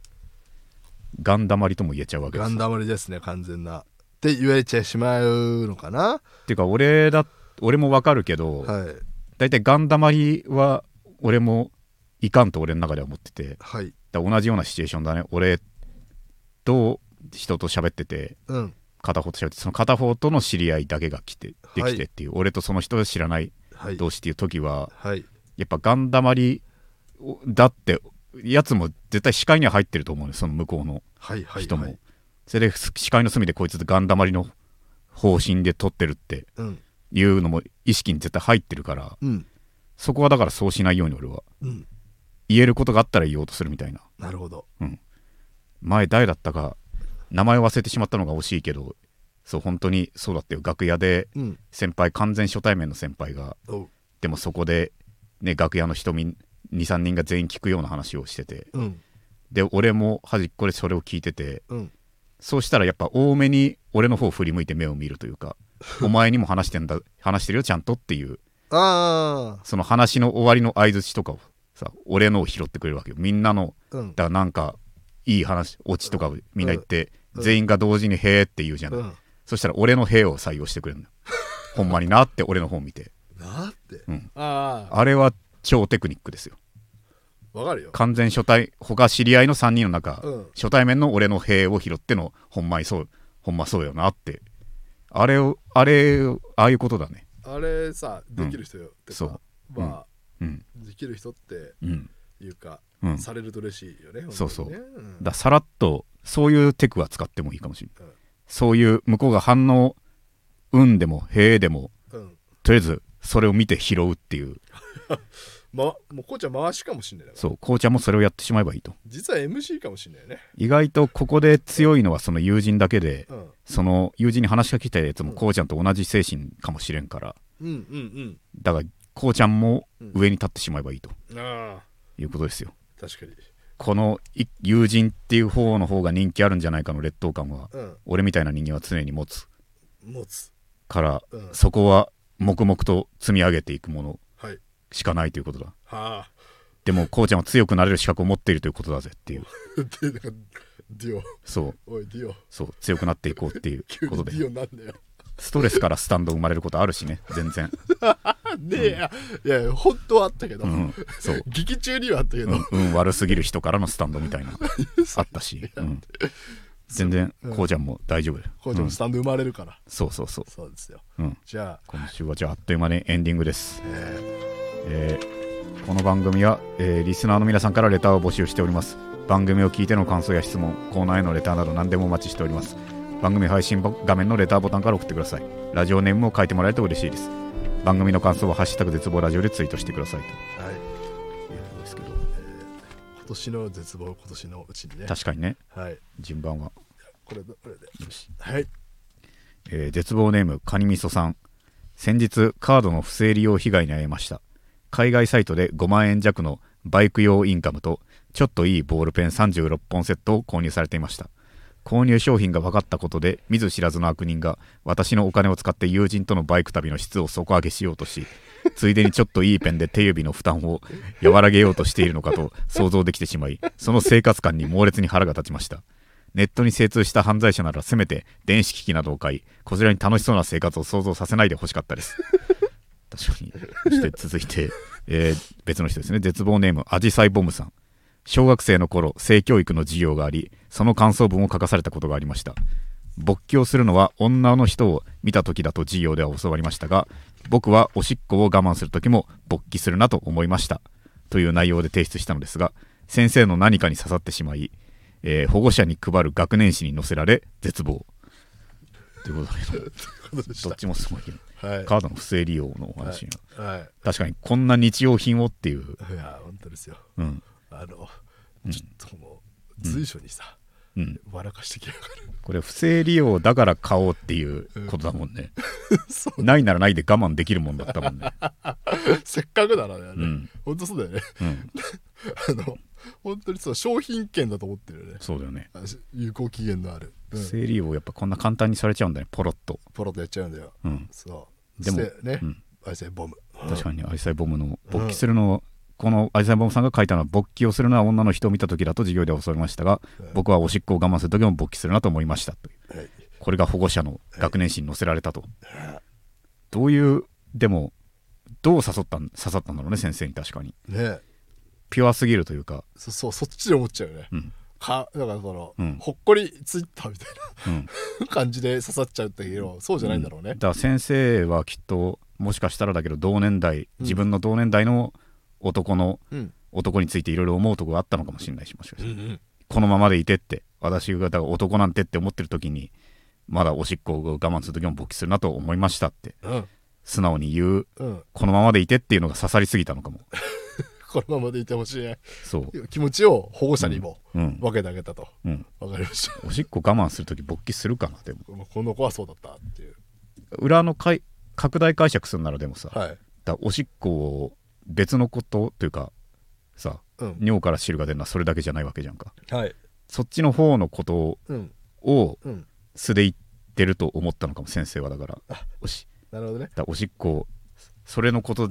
Speaker 1: ガン黙りとも言えちゃうわけで
Speaker 2: ガ
Speaker 1: す。っ
Speaker 2: ンダムりですね完全なって言えちゃしまうのかな
Speaker 1: ていうか、俺だ、俺もわかるけど、
Speaker 2: はい
Speaker 1: 大体ガン黙りは、俺もいかんと俺の中では思ってて、
Speaker 2: はい
Speaker 1: だから同じようなシチュエーションだね俺と人と喋ってて
Speaker 2: うん
Speaker 1: 片方と喋ってその片方との知り合いだけが来てで
Speaker 2: はい
Speaker 1: きてっていう、俺とその人を知らない
Speaker 2: はい
Speaker 1: 同士っていう時は
Speaker 2: はい
Speaker 1: やっぱガンだまりをだってやつも絶対視界には入ってると思うねその向こうの
Speaker 2: はいはい、はい、
Speaker 1: 人も、それで視界の隅でこいつガンだまりの方針で撮ってるって
Speaker 2: うん
Speaker 1: いうのも意識に絶対入ってるから
Speaker 2: うん
Speaker 1: そこはだからそうしないように俺は
Speaker 2: うん
Speaker 1: 言えることがあったら言おうとするみたいな
Speaker 2: なるほど
Speaker 1: 前誰だったか名前忘れてしまったのが惜しいけどそう本当にそうだったよ楽屋で
Speaker 2: うん
Speaker 1: 先輩完全初対面の先輩が
Speaker 2: おう
Speaker 1: でもそこで、ね、楽屋の人23人が全員聞くような話をしてて
Speaker 2: うん
Speaker 1: で俺も端っこでそれを聞いてて
Speaker 2: うん
Speaker 1: そうしたらやっぱ多めに俺の方を振り向いて目を見るという かお前にも話してんだ話してるよちゃんとっていう
Speaker 2: あ
Speaker 1: その話の終わりの相づちとかをさ俺のを拾ってくれるわけよみんなの
Speaker 2: あうん
Speaker 1: だからなんかいい話オチとかをみんな言って、
Speaker 2: うん
Speaker 1: 全員が同時に「へーって言うじゃない、
Speaker 2: うん
Speaker 1: そしたら俺の「へーを採用してくれる のほんまになって俺の方見て
Speaker 2: なって、
Speaker 1: うん
Speaker 2: ああ
Speaker 1: あれは超テクニックですよ
Speaker 2: わかるよ
Speaker 1: 完全初対他知り合いの3人の中、
Speaker 2: うん
Speaker 1: 初対面の俺の「へーを拾ってのほんまにそうほんまそうよなってあれをあれをああいうことだね
Speaker 2: あれさできる人よ、ってか
Speaker 1: そう
Speaker 2: まあ、
Speaker 1: うん
Speaker 2: できる人って
Speaker 1: うん
Speaker 2: いうか、
Speaker 1: うん
Speaker 2: されると嬉しいよね本当にね
Speaker 1: そうそう
Speaker 2: うん
Speaker 1: ださらっとそういうテクは使ってもいいかもしれない、
Speaker 2: うん
Speaker 1: そういう向こうが反応「うん」でも「へーでも
Speaker 2: うん
Speaker 1: とりあえずそれを見て拾うっていう
Speaker 2: ま、もうこうちゃん回しかもしんないだから
Speaker 1: そう紅茶もそれをやってしまえばいいと
Speaker 2: 実は MC かもしんないよね
Speaker 1: 意外とここで強いのはその友人だけで
Speaker 2: うん
Speaker 1: その友人に話しかけたやつも紅茶と同じ精神かもしれんから
Speaker 2: うんうん
Speaker 1: だから紅茶も上に立ってしまえばいいと
Speaker 2: うんああ
Speaker 1: いうことですよ
Speaker 2: 確かに
Speaker 1: このい友人っていう方の方が人気あるんじゃないかの劣等感は
Speaker 2: うん
Speaker 1: 俺みたいな人間は常に持つ
Speaker 2: 持つ
Speaker 1: から
Speaker 2: うん
Speaker 1: そこは黙々と積み上げていくもの
Speaker 2: はい
Speaker 1: しかないということだ
Speaker 2: はあ
Speaker 1: でも紅茶は強くなれる資格を持っているということだぜっていう
Speaker 2: でなんかディオ
Speaker 1: そう
Speaker 2: おいディオ
Speaker 1: そう強くなっていこうっていう
Speaker 2: 急
Speaker 1: こと
Speaker 2: に
Speaker 1: で
Speaker 2: ディオなんだよ
Speaker 1: ストレスからスタンド生まれることあるしね全然、
Speaker 2: あねえ、いやいやいや本当はあったけど、
Speaker 1: うん、そう、
Speaker 2: 劇中にはあったけど、
Speaker 1: うん、運悪すぎる人からのスタンドみたいなあったし、うん、全然
Speaker 2: うん
Speaker 1: こうちゃんも大丈夫だよ、
Speaker 2: こうちゃん
Speaker 1: う
Speaker 2: も
Speaker 1: ん
Speaker 2: スタンド生まれるから、
Speaker 1: そうそうそう、
Speaker 2: そうですよ
Speaker 1: うん、
Speaker 2: じゃあ、
Speaker 1: 今週はじゃああっという間にエンディングです、
Speaker 2: え
Speaker 1: えーこの番組は、えーリスナーの皆さんからレターを募集しております番組を聞いての感想や質問コーナーへのレターなど何でもお待ちしております番組配信画面のレターボタンから送ってくださいラジオネームを書いてもらえると嬉しいです番組の感想は「ハッシュタグ絶望ラジオ」でツイートしてくださいと
Speaker 2: ーはい、
Speaker 1: いうことですけど
Speaker 2: 今年の絶望今年のうちにね
Speaker 1: 確かにね
Speaker 2: はい
Speaker 1: 順番は、
Speaker 2: これだこれではい
Speaker 1: えー絶望ネームカニみそさん先日カードの不正利用被害に遭いました海外サイトで5万円弱のバイク用インカムとちょっといいボールペン36本セットを購入されていました購入商品が分かったことで見ず知らずの悪人が私のお金を使って友人とのバイク旅の質を底上げしようとしついでにちょっといいペンで手指の負担を和らげようとしているのかと想像できてしまいその生活感に猛烈に腹が立ちましたネットに精通した犯罪者ならせめて電子機器などを買いこちらに楽しそうな生活を想像させないでほしかったです確かにそして続いて、えー別の人ですね絶望ネームアジサイボムさん小学生の頃性教育の授業がありその感想文を書かされたことがありました勃起をするのは女の人を見た時だと授業では教わりましたが僕はおしっこを我慢する時も勃起するなと思いましたという内容で提出したのですが先生の何かに刺さってしまい、えー保護者に配る学年誌に載せられ絶望ということで
Speaker 2: ことでし
Speaker 1: どっちもすごいけど
Speaker 2: たはい
Speaker 1: カードの不正利用のお話になる
Speaker 2: は
Speaker 1: 確かにこんな日用品をっていう、
Speaker 2: いいや本当ですよ
Speaker 1: うん
Speaker 2: あのちょっともう随所にさ、
Speaker 1: うん、
Speaker 2: 笑かしてきやが
Speaker 1: これ不正利用だから買おうっていうことだもんね、
Speaker 2: るそう
Speaker 1: ないならないで我慢できるもんだったもんね、
Speaker 2: せっかくならねあれ、
Speaker 1: うん
Speaker 2: 本当そうだよね
Speaker 1: うん、
Speaker 2: あの本当にそう商品券だと思ってるよね
Speaker 1: そうだよね
Speaker 2: あし有効期限のある、う
Speaker 1: 不
Speaker 2: ん、
Speaker 1: 正利用やっぱこんな簡単にされちゃうんだねポロッと、
Speaker 2: ポロッとやっちゃうんだよ
Speaker 1: うん、
Speaker 2: そう
Speaker 1: でも
Speaker 2: そしてね、
Speaker 1: うん
Speaker 2: あいつねボム
Speaker 1: 確かにアイサイボムの勃起するのをこのアイサイボムさんが書いたのは勃起をするのは女の人を見た時だと授業では教わりましたが
Speaker 2: うん
Speaker 1: 僕はおしっこを我慢する時も勃起するなと思いましたという
Speaker 2: はい
Speaker 1: これが保護者の学年誌に載せられたとどういうでもどう誘ったん刺さったんだろうね先生に確かに
Speaker 2: ね
Speaker 1: ピュアすぎるというか、
Speaker 2: そそうそっちで思っちゃうよね、
Speaker 1: うん
Speaker 2: かだからその、
Speaker 1: うん
Speaker 2: ほっこりツイッターみたい
Speaker 1: うん、
Speaker 2: な感じで刺さっちゃうっていうの そうじゃないんだろうね、
Speaker 1: だから先生はきっともしかしたらだけど同年代自分の同年代の男の
Speaker 2: うん
Speaker 1: 男についていろいろ思うとこがあったのかもしれないしもしかし
Speaker 2: う
Speaker 1: た
Speaker 2: ん
Speaker 1: ら
Speaker 2: うん
Speaker 1: このままでいてって私がだから男なんてって思ってる時にまだおしっこを我慢する時も勃起するなと思いましたって
Speaker 2: うん
Speaker 1: 素直に言う
Speaker 2: うん、
Speaker 1: このままでいてっていうのが刺さりすぎたのかも
Speaker 2: このままでいてほしい
Speaker 1: そう
Speaker 2: 気持ちを保護者にも
Speaker 1: うん
Speaker 2: 分けてあげたと
Speaker 1: うん
Speaker 2: わかりました
Speaker 1: おしっこ我慢する時勃起するかなでも
Speaker 2: もうこの子はそうだったっていう
Speaker 1: 裏のかい拡大解釈するならでもさ
Speaker 2: はい
Speaker 1: だおしっこを別のことというかさ
Speaker 2: うん
Speaker 1: 尿から汁が出るのはそれだけじゃないわけじゃんか
Speaker 2: はい
Speaker 1: そっちの方のこと
Speaker 2: うん
Speaker 1: を
Speaker 2: うん
Speaker 1: 素で言ってると思ったのかも先生はだから
Speaker 2: あ
Speaker 1: おし
Speaker 2: なるほどね
Speaker 1: だおしっこそれのこと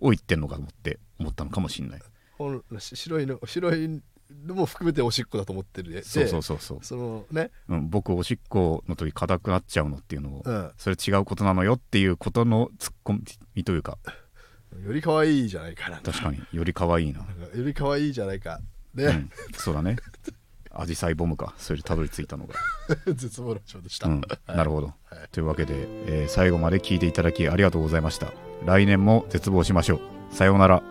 Speaker 1: を言ってんのかと思って思ったのかもしんない
Speaker 2: ほんし白いの白いのも含めておしっこだと思ってるで
Speaker 1: そうそうそうそう、
Speaker 2: そのね
Speaker 1: うん、僕おしっこの時硬くなっちゃうのっていうのを、
Speaker 2: うん
Speaker 1: それ違うことなのよっていうことのツッコミというか
Speaker 2: より可愛いじゃないかな
Speaker 1: 確 かにより可愛いな、
Speaker 2: なんかより可愛いじゃないか
Speaker 1: う
Speaker 2: ね、
Speaker 1: ん、そうだねアジサイボムかそれでたどり着いたの が
Speaker 2: 絶望の章でした、
Speaker 1: うん、なる
Speaker 2: ほ
Speaker 1: ほど
Speaker 2: ど、はい
Speaker 1: というわけで、えー最後まで聞いていただきありがとうございました来年も絶望しましょうさようなら